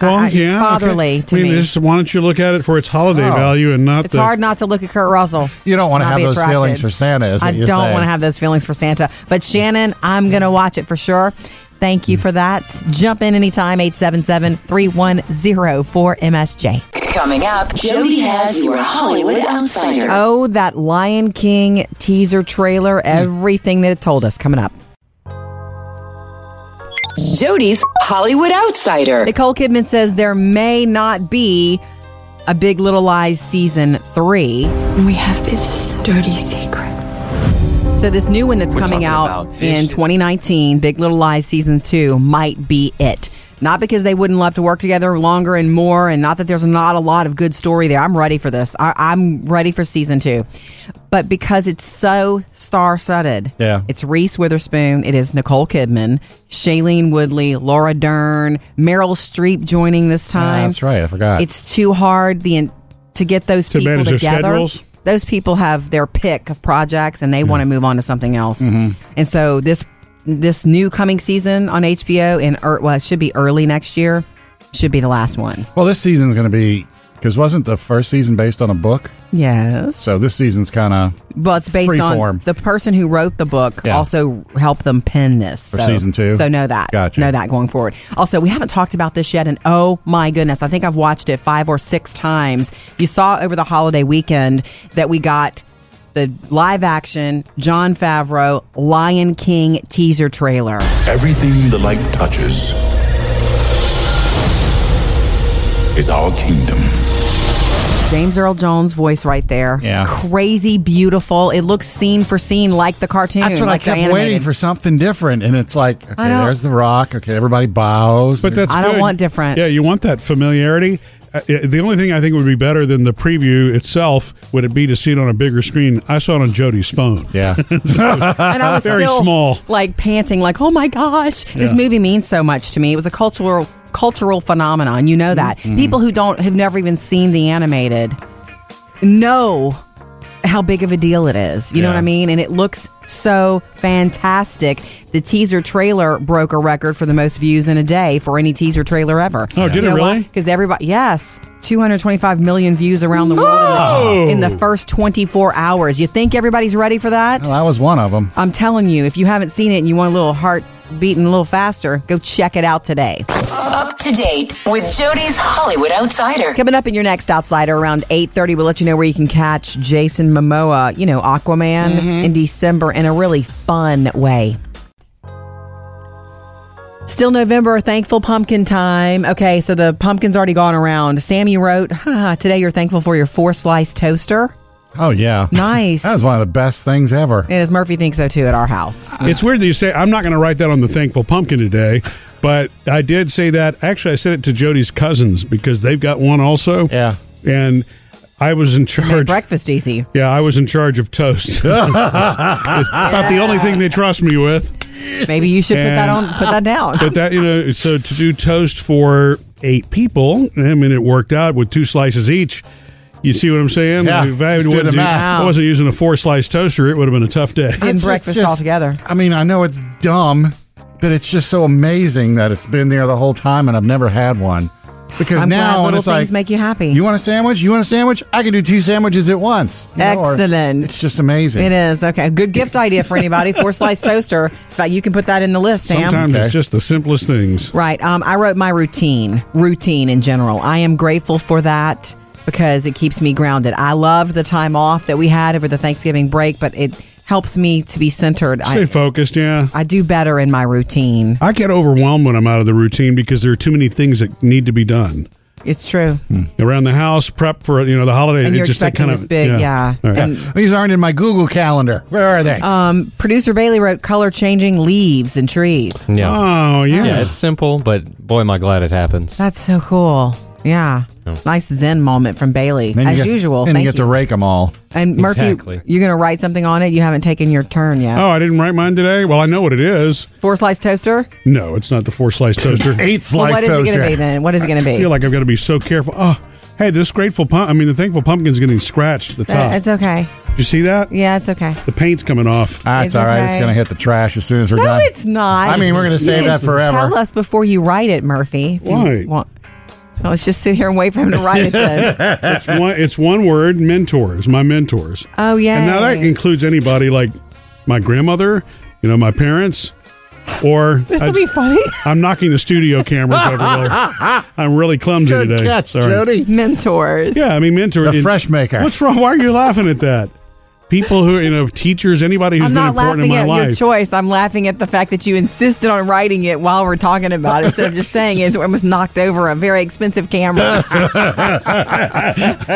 Speaker 1: Well,
Speaker 2: I- it's fatherly to
Speaker 1: I mean,
Speaker 2: me. Oh,
Speaker 1: Just, why don't you look at it for its holiday value and not
Speaker 2: It's
Speaker 1: the
Speaker 2: hard not to look at Kurt Russell.
Speaker 3: You don't wanna
Speaker 2: not
Speaker 3: have
Speaker 2: be
Speaker 3: those
Speaker 2: attracted.
Speaker 3: feelings for Santa, is what
Speaker 2: I
Speaker 3: you're
Speaker 2: don't
Speaker 3: saying.
Speaker 2: want to have those feelings for Santa. But Shannon, I'm going to watch it for sure. Thank you for that. Jump in anytime, 877 310 4MSJ.
Speaker 4: Coming up, Jody has your Hollywood Outsider.
Speaker 2: Oh, that Lion King teaser trailer,
Speaker 3: Hmm.
Speaker 2: everything that it told us coming up.
Speaker 4: Jody's Hollywood Outsider.
Speaker 2: Nicole Kidman says there may not be a Big Little Lies season three.
Speaker 5: We have this dirty secret.
Speaker 2: So this new one that's coming out in 2019, Big Little Lies season two, might be it. Not because they wouldn't love to work together longer and more, and not that there's not a lot of good story there. I'm ready for this. I, I'm ready for season two, but because it's so star-studded.
Speaker 3: Yeah.
Speaker 2: It's Reese Witherspoon. It is Nicole Kidman, Shailene Woodley, Laura Dern, Meryl Streep joining this time.
Speaker 3: that's right. I forgot.
Speaker 2: It's too hard the in- to get those
Speaker 1: To
Speaker 2: people
Speaker 1: manage their
Speaker 2: together.
Speaker 1: schedules? Mm-hmm.
Speaker 2: Those people have their pick of projects and they want to move on to something else. And so this this new coming season on HBO in er, well, it should be early next year. Should be the last one.
Speaker 3: Well, this season's going to be because wasn't the first season based on a book?
Speaker 2: Yes.
Speaker 3: So this season's kind of
Speaker 2: well, it's based on
Speaker 3: freeform.
Speaker 2: the person who wrote the book
Speaker 3: Yeah.
Speaker 2: also helped them pen this
Speaker 3: For season two?
Speaker 2: So know that.
Speaker 3: Gotcha.
Speaker 2: Know that going forward. Also, we haven't talked about this yet, and oh my goodness, I think I've watched it five or six times. You saw over the holiday weekend that we got the live action John Favreau Lion King teaser trailer.
Speaker 6: Everything the light touches is our kingdom.
Speaker 2: James Earl Jones voice right there.
Speaker 3: Yeah.
Speaker 2: Crazy beautiful. It looks scene for scene like the cartoon.
Speaker 3: That's what
Speaker 2: Mm, like
Speaker 3: I
Speaker 2: the
Speaker 3: kept
Speaker 2: animated.
Speaker 3: waiting for something different, and it's like, okay,
Speaker 2: I don't-
Speaker 3: there's the rock. Okay, everybody bows.
Speaker 1: But that's
Speaker 2: I don't
Speaker 1: good.
Speaker 2: want different.
Speaker 1: Yeah, you want that familiarity. Uh, it- The only thing I think would be better than the preview itself would it be to see it on a bigger screen. I saw it on Jody's phone.
Speaker 3: [laughs] yeah,
Speaker 2: and
Speaker 1: [laughs]
Speaker 2: I was
Speaker 1: Very
Speaker 2: still
Speaker 1: small.
Speaker 2: like panting, like, "Oh my gosh, this
Speaker 1: Yeah.
Speaker 2: movie means so much to me." It was a cultural cultural phenomenon. You know that
Speaker 1: Mm-hmm.
Speaker 2: people who don't have never even seen the animated know how big of a deal it is. You know what I
Speaker 3: Yeah.
Speaker 2: mean? And it looks so fantastic. The teaser trailer broke a record for the most views in a day for any teaser trailer ever.
Speaker 1: Oh, did it really?
Speaker 2: Because everybody, yes, 225 million views around the world in the- in the first 24 hours. You think everybody's ready for that?
Speaker 3: well, I was one of them.
Speaker 2: I'm telling you, if you haven't seen it and you want a little heart beating a little faster, go check it out today.
Speaker 4: Up to date with Jody's Hollywood Outsider.
Speaker 2: Coming up in your next Outsider around 8.30, we'll let you know where you can catch Jason Momoa, you know, Aquaman,
Speaker 3: Mm-hmm.
Speaker 2: in December in a really fun way. Still November, thankful pumpkin time. Okay, so the pumpkin's already gone around. Sammy wrote, "Haha, today you're thankful for your four-slice toaster.
Speaker 3: Oh yeah,
Speaker 2: Nice.
Speaker 3: that was one of the best things ever.
Speaker 2: And as Murphy thinks so too at our house.
Speaker 1: It's weird that you say I'm not going to write that on the thankful pumpkin today, but I did say that. Actually, I said it to Jody's cousins because they've got one also.
Speaker 3: Yeah.
Speaker 1: and I was in charge.
Speaker 2: Breakfast easy.
Speaker 1: Yeah, I was in charge of
Speaker 2: [laughs]
Speaker 1: toast. [laughs] About the only thing they trust me with.
Speaker 2: Maybe you should put that on,
Speaker 1: And-
Speaker 2: put that
Speaker 3: [laughs]
Speaker 2: down.
Speaker 1: But that you know, so to do toast for eight people, I mean, it worked out with two slices each. You see what I'm saying?
Speaker 3: Yeah,
Speaker 1: If I,
Speaker 3: let's do
Speaker 1: wouldn't
Speaker 3: the
Speaker 1: do-
Speaker 3: math.
Speaker 1: I wasn't using a four slice toaster; it would have been a tough day.
Speaker 2: Getting breakfast all together.
Speaker 3: I mean, I know it's dumb, but it's just so amazing that it's been there the whole time, and I've never had one. Because
Speaker 2: I'm glad
Speaker 3: now, when
Speaker 2: little
Speaker 3: it's
Speaker 2: things
Speaker 3: like,
Speaker 2: make you happy.
Speaker 3: you want a sandwich? You want a sandwich? I can do two sandwiches at once. You know, or-
Speaker 2: Excellent.
Speaker 3: it's just amazing.
Speaker 2: It is okay. Good gift idea for anybody.
Speaker 3: [laughs]
Speaker 2: Four slice toaster. But you can put that in the list, Sam.
Speaker 1: Sometimes
Speaker 3: Okay.
Speaker 1: it's just the simplest things.
Speaker 2: Right. Um, I wrote my routine. Routine in general. I am grateful for that because it keeps me grounded. I loved the time off that we had over the Thanksgiving break, but it helps me to be centered.
Speaker 1: Stay
Speaker 2: I,
Speaker 1: focused. Yeah,
Speaker 2: I do better in my routine.
Speaker 1: I get overwhelmed when I'm out of the routine because there are too many things that need to be done
Speaker 2: It's true.
Speaker 1: around the house, prep for you know the holiday.
Speaker 2: And
Speaker 1: it
Speaker 2: you're
Speaker 1: just it
Speaker 2: expecting
Speaker 1: kind
Speaker 2: this
Speaker 1: of
Speaker 2: big, yeah.
Speaker 1: All right.
Speaker 2: And-
Speaker 3: These aren't in my Google calendar. Where are they?
Speaker 2: Um, producer Bailey wrote color changing leaves and trees.
Speaker 11: Yeah.
Speaker 1: Oh yeah.
Speaker 11: Yeah, it's simple, but boy, am I glad it happens.
Speaker 2: That's so cool. Yeah. Nice Zen moment from Bailey.
Speaker 3: Oh. Then you
Speaker 2: As
Speaker 3: get-
Speaker 2: usual.
Speaker 3: Then
Speaker 2: Thank
Speaker 3: you get to rake them all.
Speaker 2: And Murphy,
Speaker 11: Exactly.
Speaker 2: you're going to write something on it. You haven't taken your turn yet.
Speaker 1: Oh, I didn't write mine today. Well, I know what it is.
Speaker 2: Four slice toaster.
Speaker 1: No, it's not the four slice toaster.
Speaker 2: [laughs]
Speaker 3: Eight
Speaker 2: Well,
Speaker 3: slice
Speaker 2: what is it going
Speaker 3: toaster.
Speaker 2: to be then? What is it going to
Speaker 1: I
Speaker 2: be?
Speaker 1: feel like I've got to be so careful. Oh, hey, this grateful pump. I mean, the thankful pumpkin's getting scratched at the
Speaker 2: Uh,
Speaker 1: top.
Speaker 2: it's okay.
Speaker 1: Did you see that?
Speaker 2: Yeah, it's okay.
Speaker 1: The paint's coming
Speaker 2: [laughs]
Speaker 1: off.
Speaker 3: Ah, it's
Speaker 2: It's
Speaker 3: all right. It's
Speaker 2: okay.
Speaker 3: going to hit the trash as soon as we're
Speaker 2: No,
Speaker 3: done.
Speaker 2: it's not.
Speaker 3: I mean, we're gonna
Speaker 2: You
Speaker 3: save
Speaker 2: can
Speaker 3: that forever.
Speaker 2: Tell us before you write it, Murphy. if you
Speaker 1: Why?
Speaker 2: want. Well, let's just sit here and wait for him to write it
Speaker 3: [laughs]
Speaker 2: then.
Speaker 1: It's one, it's one word. Mentors. My mentors.
Speaker 2: Oh,
Speaker 1: And now that
Speaker 2: yay.
Speaker 1: includes anybody like my grandmother. You know, my parents. Or
Speaker 2: This will be
Speaker 3: [laughs]
Speaker 2: funny.
Speaker 1: I'm knocking the studio cameras everywhere.
Speaker 2: [laughs]
Speaker 1: I'm really clumsy
Speaker 2: Good
Speaker 1: today.
Speaker 2: catch,
Speaker 1: Sorry.
Speaker 2: Jody. [laughs] Mentors.
Speaker 1: Yeah, I mean mentors.
Speaker 3: The
Speaker 1: in-
Speaker 3: fresh maker.
Speaker 1: What's wrong? Why are you laughing at that? People who are, you know, teachers, anybody who's
Speaker 2: I'm
Speaker 1: been
Speaker 2: not
Speaker 1: important in
Speaker 2: laughing
Speaker 1: my
Speaker 2: at your
Speaker 1: life.
Speaker 2: choice. I'm laughing at the fact that you insisted on writing it while we're talking about it instead of just saying it. So I was knocked over a very
Speaker 1: [laughs]
Speaker 2: expensive camera. [laughs]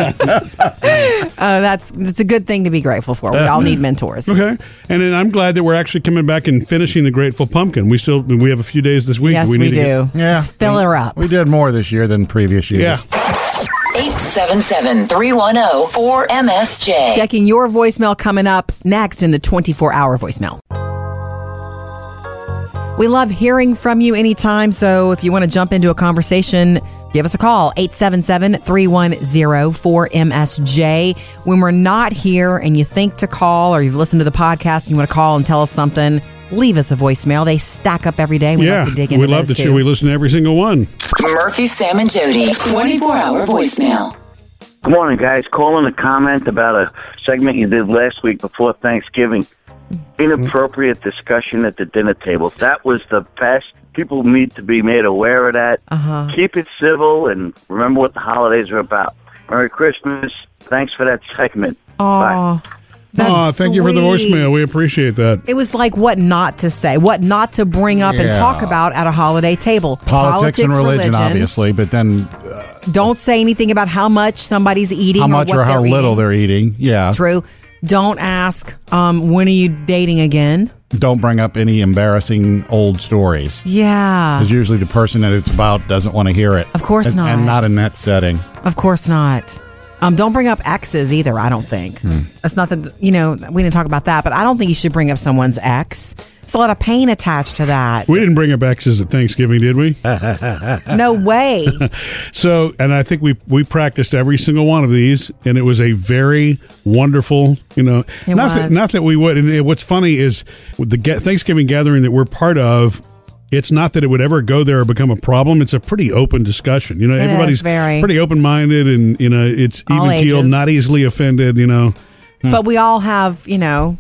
Speaker 2: Oh, that's that's a good thing to be grateful for. We all need mentors.
Speaker 1: Okay, and then I'm glad that we're actually coming back and finishing the Grateful Pumpkin. We still we have a few days this week.
Speaker 2: Yes, we
Speaker 1: need to
Speaker 2: do.
Speaker 1: get-
Speaker 3: Yeah.
Speaker 2: fill her up.
Speaker 3: We did more this year than previous years.
Speaker 1: Yeah.
Speaker 4: 877 310
Speaker 1: Oh.
Speaker 4: 4MSJ.
Speaker 2: Checking your voicemail coming up next in the 24 hour voicemail. We love hearing from you anytime. So if you want to jump into a conversation, give us a call 877 310 4MSJ. When we're not here and you think to call or you've listened to the podcast and you want to call and tell us something, leave us a voicemail. They stack up every day. We
Speaker 1: yeah,
Speaker 2: love to dig into
Speaker 1: we love
Speaker 2: those
Speaker 1: to
Speaker 2: too.
Speaker 1: We listen to every single one.
Speaker 4: Murphy, Sam, and Jody. 24 hour voicemail.
Speaker 12: Good morning, guys. Calling a comment about a segment you did last week before Thanksgiving. Inappropriate discussion at the dinner table. That was the best. People need to be made aware of that.
Speaker 2: Uh-huh.
Speaker 12: Keep it civil and remember what the holidays are about. Merry Christmas. Thanks for that segment.
Speaker 2: Aw, that's
Speaker 1: Aw, thank you for the
Speaker 2: sweet.
Speaker 1: voicemail. We appreciate that.
Speaker 2: It was like what not to say, what not to bring up and
Speaker 3: Yeah.
Speaker 2: talk about at a holiday table.
Speaker 3: Politics, and religion, obviously, but then
Speaker 2: Don't say anything about how much somebody's eating,
Speaker 3: how much
Speaker 2: or,
Speaker 3: or
Speaker 2: what
Speaker 3: how
Speaker 2: they're
Speaker 3: little
Speaker 2: eating.
Speaker 3: they're eating. Yeah.
Speaker 2: True. Don't ask. Um, when are you dating again?
Speaker 3: Don't bring up any embarrassing old stories.
Speaker 2: Yeah,
Speaker 3: Because usually the person that it's about doesn't want to hear it. Of
Speaker 2: course
Speaker 3: and,
Speaker 2: not.
Speaker 3: And not in that setting.
Speaker 2: of course not. Um, don't bring up exes either. I don't think
Speaker 3: Hmm.
Speaker 2: that's not that you know we didn't talk about that, but I don't think you should bring up someone's ex. It's a lot of pain attached to that.
Speaker 1: We didn't bring up exes at Thanksgiving, did we?
Speaker 2: No
Speaker 3: [laughs]
Speaker 2: way.
Speaker 3: Hmm.
Speaker 1: So, and I think we we practiced every single one of these, and it was a very wonderful, you know,
Speaker 2: It
Speaker 1: not that
Speaker 2: was.
Speaker 1: not that we would. And it- what's funny is with the ga- Thanksgiving gathering that we're part of. It's not that it would ever go there or become a problem. It's a pretty open discussion. You know,
Speaker 2: It is
Speaker 1: everybody's
Speaker 2: very.
Speaker 1: pretty open minded, and you know, it's
Speaker 2: All
Speaker 1: even keeled,
Speaker 2: ages.
Speaker 1: not easily offended. You know,
Speaker 2: But we all have, you know,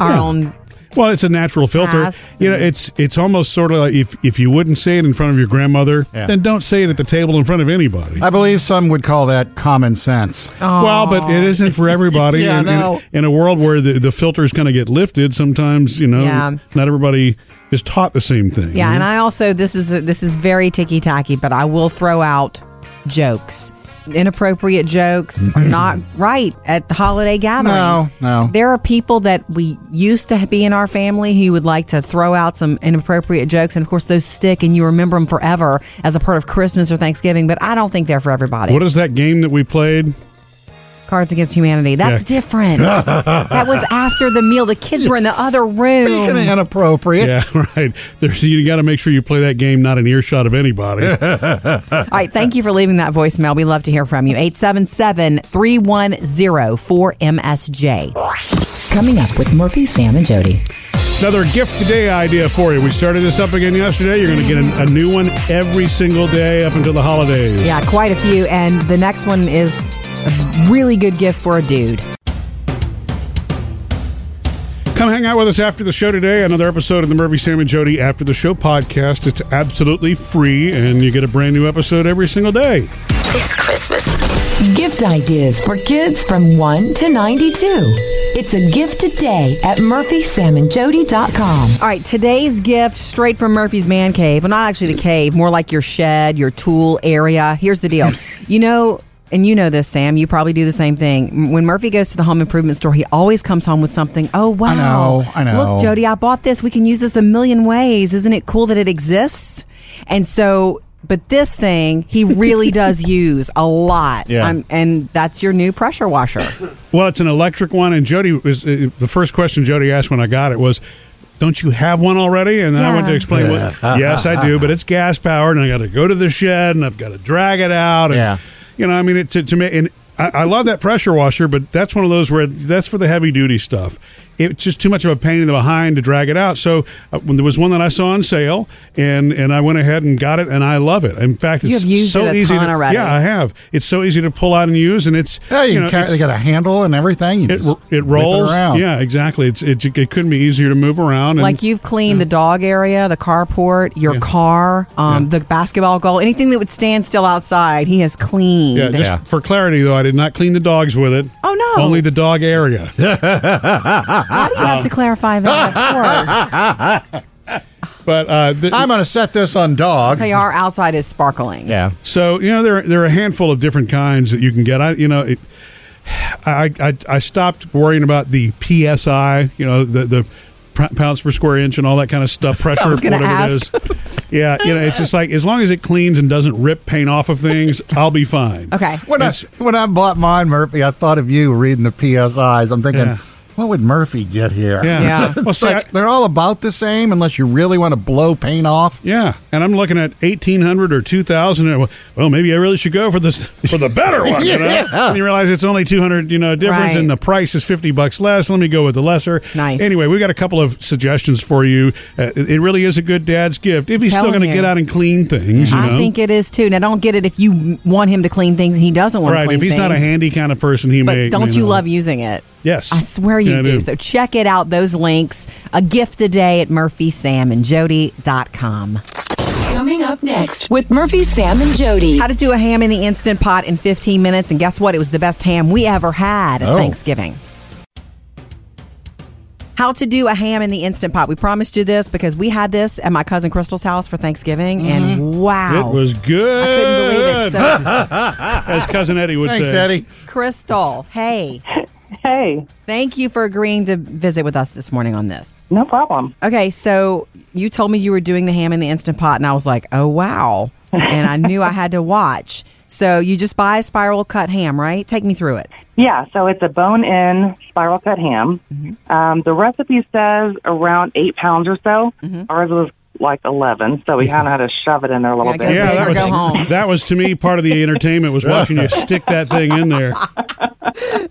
Speaker 2: our
Speaker 1: Yeah.
Speaker 2: own.
Speaker 1: Well, it's a natural filter.
Speaker 2: Ass
Speaker 1: You know, it's it's almost sort of like if if you wouldn't say it in front of your grandmother,
Speaker 3: Yeah.
Speaker 1: then don't say it at the table in front of anybody.
Speaker 3: I believe some would call that common sense.
Speaker 2: Oh.
Speaker 1: Well, but it isn't for
Speaker 2: [laughs]
Speaker 1: everybody.
Speaker 3: Yeah, I
Speaker 1: in, in-
Speaker 3: know.
Speaker 1: in a world where the, the filters kind of get lifted, sometimes you know,
Speaker 2: Yeah.
Speaker 1: not everybody is taught the same thing.
Speaker 2: Yeah,
Speaker 3: Mm-hmm.
Speaker 2: and I also this is this is very ticky tacky, but I will throw out jokes. Inappropriate jokes are not right at the holiday gatherings.
Speaker 3: Mm-hmm. No, no.
Speaker 2: There are people that we used to be in our family who would like to throw out some inappropriate jokes, and of course those stick, and you remember them forever as a part of Christmas or Thanksgiving. But I don't think they're for everybody.
Speaker 1: What is that game that we
Speaker 2: [laughs]
Speaker 1: played?
Speaker 2: Cards Against Humanity? That's
Speaker 1: Yeah.
Speaker 3: [laughs]
Speaker 2: different. that was after the meal. The kids were in the other room.
Speaker 3: Speaking of inappropriate,
Speaker 1: Yeah, [laughs] right. There's, you got to make sure you play that game not in earshot of anybody.
Speaker 2: All right, thank you for leaving that voicemail. We love to hear from you. 877 310 4MSJ.
Speaker 4: Coming up with Murphy, Sam, and Jody.
Speaker 1: Another gift today idea for you. We started this up again yesterday. You're going to get a, a new one every single day up until the holidays.
Speaker 2: Yeah, quite a few. And the next one is a really good gift for a dude.
Speaker 1: Come hang out with us after the show today. Another episode of the Murphy, Sam, and Jody After the Show podcast. It's absolutely free, and you get a brand new episode every single day.
Speaker 4: This Christmas. Gift ideas for kids from 1 to 92. It's a gift today at murphysamandjody.com.
Speaker 2: All right, today's gift straight from Murphy's Man Cave. Well, not actually the cave, more like your shed, your tool area. Here's the
Speaker 3: [laughs]
Speaker 2: deal. You know, and you know this, Sam, you probably do the same thing. When Murphy goes to the home improvement store, he always comes home with something. Oh, wow.
Speaker 3: know, I know.
Speaker 2: Look, Jody, I bought this. We can use this a million ways. Isn't it cool that it exists? And so, but this thing, he really does
Speaker 3: [laughs]
Speaker 2: use a lot.
Speaker 1: Yeah.
Speaker 2: and that's your new pressure washer.
Speaker 1: Well, it's an electric one, and Jody was uh, the first question Jody asked when I got it was, "Don't you have one already?" And then I went
Speaker 2: Yeah. [laughs]
Speaker 1: to explain, what,
Speaker 3: Yeah.
Speaker 1: "Yes, I do, but it's gas powered, and I got to go to the shed, and I've got to drag it out." And,
Speaker 3: Yeah.
Speaker 1: you know, I mean, it, to to me, and I, I love that pressure washer, but that's one of those where that's for the heavy duty stuff. it's just too much of a pain in the behind to drag it out. So uh, when there was one that I saw on sale, and and I went ahead and got it, and I love it. In fact, it's
Speaker 2: You've used
Speaker 1: so
Speaker 2: it a
Speaker 1: easy.
Speaker 2: ton
Speaker 1: to,
Speaker 2: already.
Speaker 1: Yeah, I have. It's so easy to pull out and use, and it's
Speaker 3: Yeah, you,
Speaker 1: you
Speaker 3: can
Speaker 1: know,
Speaker 3: carry,
Speaker 1: it's-
Speaker 3: they got a handle and everything. You
Speaker 1: it,
Speaker 3: just
Speaker 1: it
Speaker 3: whip
Speaker 1: rolls.
Speaker 3: around.
Speaker 1: Yeah, exactly. It's, it's it couldn't be easier to move around. And,
Speaker 2: like you've cleaned the dog area, the carport, your car, um, the basketball goal, anything that would stand still outside, he has cleaned.
Speaker 1: yeah, just for clarity though, I did not clean the dogs with it.
Speaker 2: Oh, no.
Speaker 1: Only the dog area. [laughs] Why
Speaker 2: do you have to clarify
Speaker 1: [laughs]
Speaker 2: that? Of course.
Speaker 1: But uh, the,
Speaker 3: I'm going to set this on dog.
Speaker 2: so our outside is sparkling.
Speaker 3: Yeah.
Speaker 1: So you know there there are a handful of different kinds that you can get. I you know. It, [sighs] I, I I stopped worrying about the psi, you know, the the pr- pounds per square inch and all that kind of
Speaker 2: [laughs]
Speaker 1: stuff, pressure,
Speaker 2: was gonna
Speaker 1: whatever
Speaker 2: ask.
Speaker 1: it is. yeah, you know, it's just like as long as it cleans and doesn't rip paint off of things, I'll be fine.
Speaker 2: Okay.
Speaker 3: When I, when I bought mine, Murphy, I thought of you reading the PSIs. I'm thinking,
Speaker 1: Yeah.
Speaker 3: what would Murphy get here?
Speaker 1: Yeah. Yeah. Well,
Speaker 3: it's
Speaker 1: see,
Speaker 3: like, they're all about the same unless you really want to blow paint off.
Speaker 1: Yeah, and I'm looking at 1800 or 2000. And, well, maybe I really should go for this [laughs] for the better one.
Speaker 2: [laughs]
Speaker 1: You know?
Speaker 3: Yeah.
Speaker 1: And you realize it's only 200, you know, difference,
Speaker 2: Right.
Speaker 1: and the price is 50 bucks less. Let me go with the lesser.
Speaker 2: Nice.
Speaker 1: Anyway, we got a couple of suggestions for you. Uh, it it really is a good dad's gift if he's still
Speaker 2: Telling
Speaker 1: going to get
Speaker 2: you.
Speaker 1: out and clean things. You
Speaker 2: I
Speaker 1: know?
Speaker 2: think it is too. Now, don't get it if you want him to clean things and he doesn't want to
Speaker 1: right.
Speaker 2: clean
Speaker 1: If he's not a
Speaker 2: things.
Speaker 1: handy kind of person, he
Speaker 2: but
Speaker 1: may.
Speaker 2: don't
Speaker 1: may
Speaker 2: you
Speaker 1: not.
Speaker 2: love using it?
Speaker 1: Yes,
Speaker 2: I swear you
Speaker 1: Yeah, I
Speaker 2: do.
Speaker 1: do.
Speaker 2: So check it out. Those links. A gift a day at murphysamandjody.com.
Speaker 4: Coming up next with Murphy, Sam, and Jody.
Speaker 2: How to do a ham in the Instant Pot in 15 minutes. And guess what? It was the best ham we ever had at
Speaker 4: Oh.
Speaker 2: Thanksgiving. How to do a ham in the Instant Pot. We promised you this because we had this at my cousin Crystal's house for Thanksgiving. And wow.
Speaker 1: Mm-hmm. It was good.
Speaker 2: couldn't believe it,
Speaker 1: [laughs]
Speaker 2: so-
Speaker 1: As cousin Eddie would
Speaker 2: Thanks,
Speaker 1: say.
Speaker 2: Eddie. Crystal, hey. Hey. Thank you for agreeing to visit with us this morning on this.
Speaker 7: No problem.
Speaker 2: Okay, so you told me you were doing the ham in the Instant Pot, and I was like,
Speaker 1: [laughs]
Speaker 2: oh, wow. And I knew I had to watch. So you just buy a spiral cut ham, right? Take me through it.
Speaker 7: Yeah, so it's a bone in spiral cut ham.
Speaker 2: Mm-hmm.
Speaker 7: Um, the recipe says around eight pounds or so.
Speaker 2: Mm-hmm.
Speaker 7: Ours was like 11, so we kind of had to shove it in there a little bit.
Speaker 1: Yeah, that was, that was to me part of the entertainment was watching
Speaker 2: [laughs]
Speaker 1: you stick that thing in there.
Speaker 3: [laughs]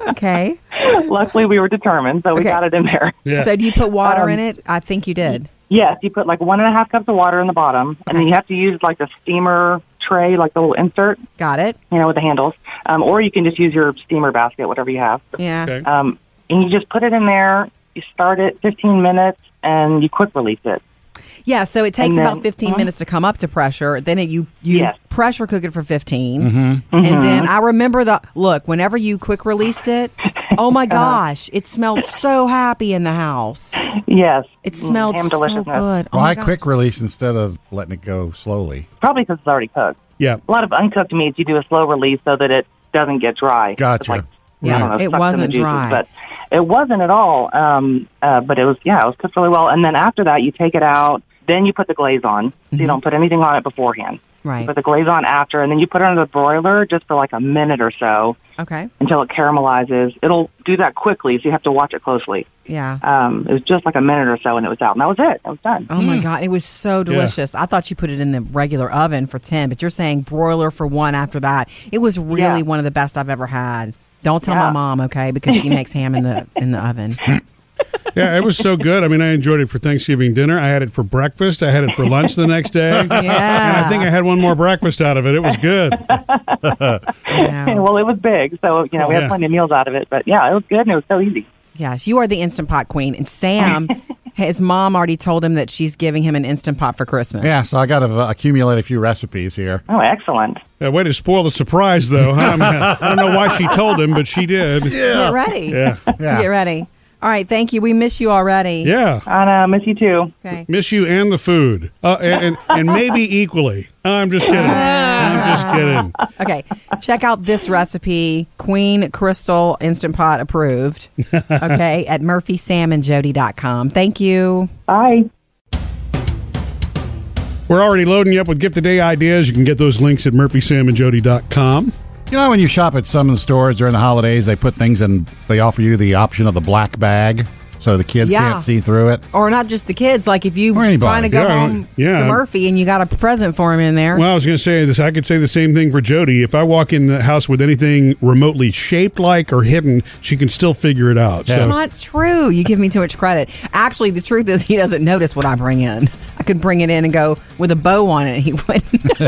Speaker 2: Okay.
Speaker 7: Luckily, we were determined, so we
Speaker 2: Okay.
Speaker 7: got it in there. [laughs]
Speaker 2: So do you put water in
Speaker 7: Um,
Speaker 2: it? I think you did.
Speaker 7: Yes, you put like one and a half cups of water in the bottom, and then you have to use like the steamer tray, like the little insert.
Speaker 2: Got it.
Speaker 7: You know, with the handles. Um, or you can just use your steamer basket, whatever you have.
Speaker 2: Yeah.
Speaker 7: Um, and you just put it in there, you start it 15 minutes, and you quick release it.
Speaker 2: Yeah, so it takes
Speaker 7: And then- uh-huh.
Speaker 2: about 15 minutes to come up to pressure. Then it, you you
Speaker 7: Yes.
Speaker 2: pressure cook it for 15.
Speaker 3: Mm-hmm.
Speaker 7: Mhm.
Speaker 2: And then
Speaker 7: Mhm.
Speaker 2: I remember the look, whenever you quick released
Speaker 7: [laughs]
Speaker 2: it, oh
Speaker 7: Uh-huh.
Speaker 2: my gosh, it smelled so happy in the house.
Speaker 7: Yes.
Speaker 2: It smelled
Speaker 7: Mm, ham
Speaker 2: so
Speaker 7: deliciousness.
Speaker 2: good. Oh my
Speaker 3: Why
Speaker 2: God.
Speaker 3: quick release instead of letting it go slowly?
Speaker 7: Probably because it's already cooked.
Speaker 1: Yeah.
Speaker 7: A lot of uncooked meats, you do a slow release so that it doesn't get dry. It's
Speaker 3: Gotcha.
Speaker 7: like,
Speaker 3: Yeah,
Speaker 7: I don't know,
Speaker 3: it
Speaker 7: sucks in the
Speaker 3: wasn't
Speaker 7: juices,
Speaker 3: dry.
Speaker 7: But it wasn't at all. Um, uh, but it was, yeah, it was cooked really well. And then after that, you take it out. Then you put the glaze on.
Speaker 2: Mm-hmm.
Speaker 7: So you don't put anything on it beforehand.
Speaker 2: Right.
Speaker 7: You put the glaze on after, and then you put it under the broiler just for like a minute or so
Speaker 2: Okay.
Speaker 7: until it caramelizes. It'll do that quickly, so you have to watch it closely.
Speaker 2: Yeah.
Speaker 7: Um, it was just like a minute or so, and it was out, and that was it. It was done.
Speaker 2: Oh my god, it was so delicious. I thought you put it in the regular oven for 10, but you're saying broiler for 1 after that. It was really
Speaker 7: Yeah.
Speaker 2: one of the best I've ever had. Don't tell my
Speaker 7: Yeah.
Speaker 2: mom, okay, because she makes ham in the in the oven.
Speaker 1: Yeah, it was so good. I mean, I enjoyed it for Thanksgiving dinner. I had it for breakfast. I had it for lunch the next day. Yeah. And I think I had one more breakfast out of it. It was good.
Speaker 7: [laughs] well, it was big, so you know we had
Speaker 2: Yeah.
Speaker 7: plenty of meals out of it. But yeah, it was good, and it was so easy.
Speaker 2: Yes, you are the instant pot queen. And Sam, his mom already told him that she's giving him an instant pot for Christmas.
Speaker 3: Yeah, so I got to uh, accumulate a few recipes here.
Speaker 7: Oh, excellent.
Speaker 1: Yeah, Uh, way to spoil the surprise, though. Huh? I, mean, I don't know why she told him, but she did.
Speaker 2: Get ready.
Speaker 1: Yeah.
Speaker 2: Get ready. All right, thank you. We miss you already.
Speaker 1: Yeah.
Speaker 7: I know. Miss you too.
Speaker 2: Okay.
Speaker 1: Miss you and the food, uh, and, and and maybe equally. I'm just kidding. I'm just kidding.
Speaker 2: Okay. Check out this recipe, Queen Crystal Instant Pot approved. Okay, at murphysamandjody.com. Thank you.
Speaker 7: Bye.
Speaker 1: We're already loading you up with gift today ideas. You can get those links at murphysamandjody.com.
Speaker 3: You know, when you shop at some of the stores during the holidays, they put things in, they offer you the option of the black bag. so the kids
Speaker 2: Yeah.
Speaker 3: can't see through it.
Speaker 2: Or not just the kids. Like if you
Speaker 3: anybody.
Speaker 2: trying to go
Speaker 3: Yeah, I
Speaker 2: home
Speaker 1: don't- yeah.
Speaker 2: to Murphy and you got a present for him in there.
Speaker 1: Well, I was going to say this. I could say the same thing for Jody. If I walk in the house with anything remotely shaped like or hidden, she can still figure it out.
Speaker 2: That's
Speaker 1: So
Speaker 2: not true. You give me too much credit. Actually, the truth is he doesn't notice what I bring in. I could bring it in and go with a bow on it. and He wouldn't.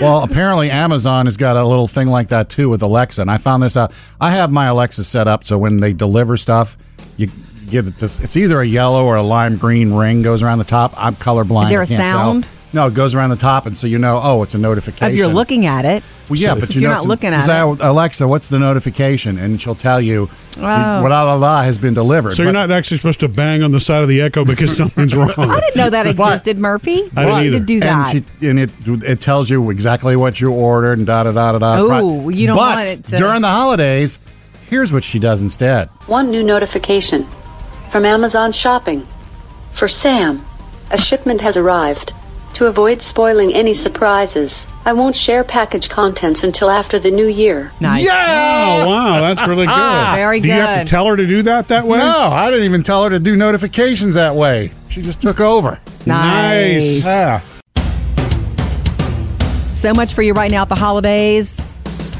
Speaker 3: well, apparently Amazon has got a little thing like that too with Alexa, and I found this out. I have my Alexa set up so when they deliver stuff, you give it this. It's either a yellow or a lime green ring goes around the top. I'm colorblind.
Speaker 2: Is there
Speaker 3: I
Speaker 2: a
Speaker 3: can't tell.
Speaker 2: sound?
Speaker 3: No, it goes around the top, and so you know, oh, it's a notification.
Speaker 2: if you're looking at it.
Speaker 3: Well, yeah, but
Speaker 2: if
Speaker 3: you
Speaker 2: you're
Speaker 3: know
Speaker 2: not
Speaker 3: it's-
Speaker 2: looking
Speaker 3: because
Speaker 2: at
Speaker 3: I-
Speaker 2: it.
Speaker 3: Alexa, what's the notification? And she'll tell you,
Speaker 2: Oh.
Speaker 3: blah, blah, blah, has been delivered.
Speaker 1: So you're not actually supposed to bang on the side of the echo
Speaker 2: [laughs]
Speaker 1: because something's wrong.
Speaker 2: I didn't know
Speaker 3: [laughs]
Speaker 2: that
Speaker 3: But-
Speaker 2: existed, Murphy.
Speaker 1: I didn't
Speaker 2: Why did
Speaker 1: either.
Speaker 2: you do that?
Speaker 3: And, she, and it it tells you exactly what you ordered and da da da da da.
Speaker 2: Oh, you don't
Speaker 3: but
Speaker 2: want it to-
Speaker 3: during the holidays. Here's what she does instead.
Speaker 13: One new notification from Amazon Shopping. For Sam, a shipment has arrived. To avoid spoiling any surprises, I won't share package contents until after the new year.
Speaker 2: Nice.
Speaker 1: Oh, wow. That's really good.
Speaker 2: Ah,
Speaker 13: Very
Speaker 1: Do you have
Speaker 13: good.
Speaker 1: to tell her to do that that way?
Speaker 3: No, I didn't even tell her to do notifications that way. She just took over.
Speaker 2: Nice.
Speaker 1: Ah.
Speaker 3: Yeah.
Speaker 2: So much for you right now at the holidays.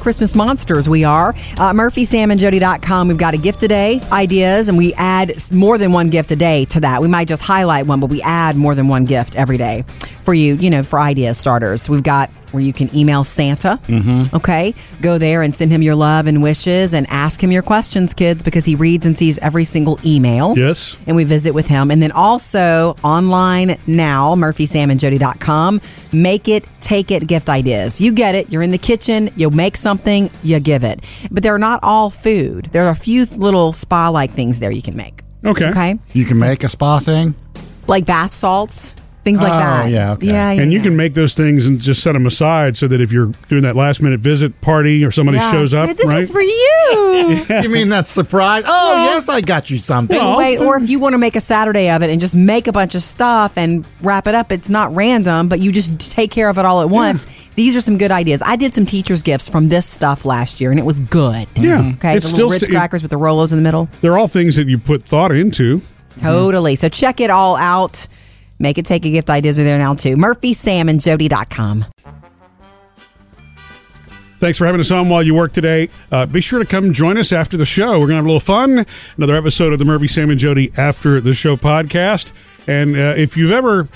Speaker 2: Christmas monsters, we are. Uh, MurphySamandJody.com. We've got a gift today ideas, and we add more than one gift a day to that. We might just highlight one, but we add more than one gift every day for you, you know, for idea starters. We've got where you can email Santa. Mm-hmm. Okay. Go there and send him your love and wishes and ask him your questions, kids, because he reads and sees every single email.
Speaker 1: Yes.
Speaker 2: And we visit with him. And then also online now, murphysamandjody.com. Make it, take it, gift ideas. You get it. You're in the kitchen, you make something, you give it. But they're not all food. There are a few little spa like things there you can make.
Speaker 1: Okay.
Speaker 2: Okay.
Speaker 3: You can make a spa
Speaker 1: [laughs]
Speaker 3: thing.
Speaker 2: Like bath salts, things like
Speaker 3: Oh,
Speaker 2: that.
Speaker 3: yeah, okay.
Speaker 2: Yeah. yeah,
Speaker 1: And you
Speaker 2: yeah.
Speaker 1: can make those things and just set them aside so that if you're doing that last minute visit party or somebody
Speaker 2: Yeah.
Speaker 1: shows up,
Speaker 2: Hey, This
Speaker 1: right?
Speaker 2: is
Speaker 1: [laughs]
Speaker 2: for you.
Speaker 3: you mean that surprise? Oh,
Speaker 2: Well-
Speaker 3: yes, I got you something.
Speaker 2: But wait, or if you want to make a Saturday of it and just make a bunch of stuff and wrap it up, it's not random, but you just take care of it all at once. These are some good ideas. I did some teachers' gifts from this stuff last year, and it was good.
Speaker 1: Yeah.
Speaker 2: Mm. Okay,
Speaker 1: It's
Speaker 2: the little
Speaker 1: still
Speaker 2: Ritz
Speaker 1: st-
Speaker 2: crackers with the Rolos in the middle.
Speaker 1: They're all things that you put thought into.
Speaker 2: Totally. So check it all out. Make it take a gift ideas are there now too. MurphySamandJody.com.
Speaker 1: Thanks for having us on while you work today. Uh, be sure to come join us after the show. We're going to have a little fun. Another episode of the Murphy, Sam, and Jody After the Show podcast. And uh, if you've ever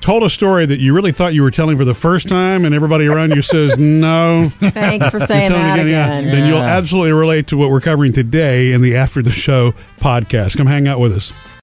Speaker 1: told a story that you really thought you were telling for the first time and everybody around you says, [laughs] no.
Speaker 2: Thanks for
Speaker 1: you're
Speaker 2: saying
Speaker 1: telling
Speaker 2: that
Speaker 1: it
Speaker 2: again.
Speaker 1: yeah, Then you'll absolutely relate to what we're covering today in the After the Show podcast. Come hang out with us.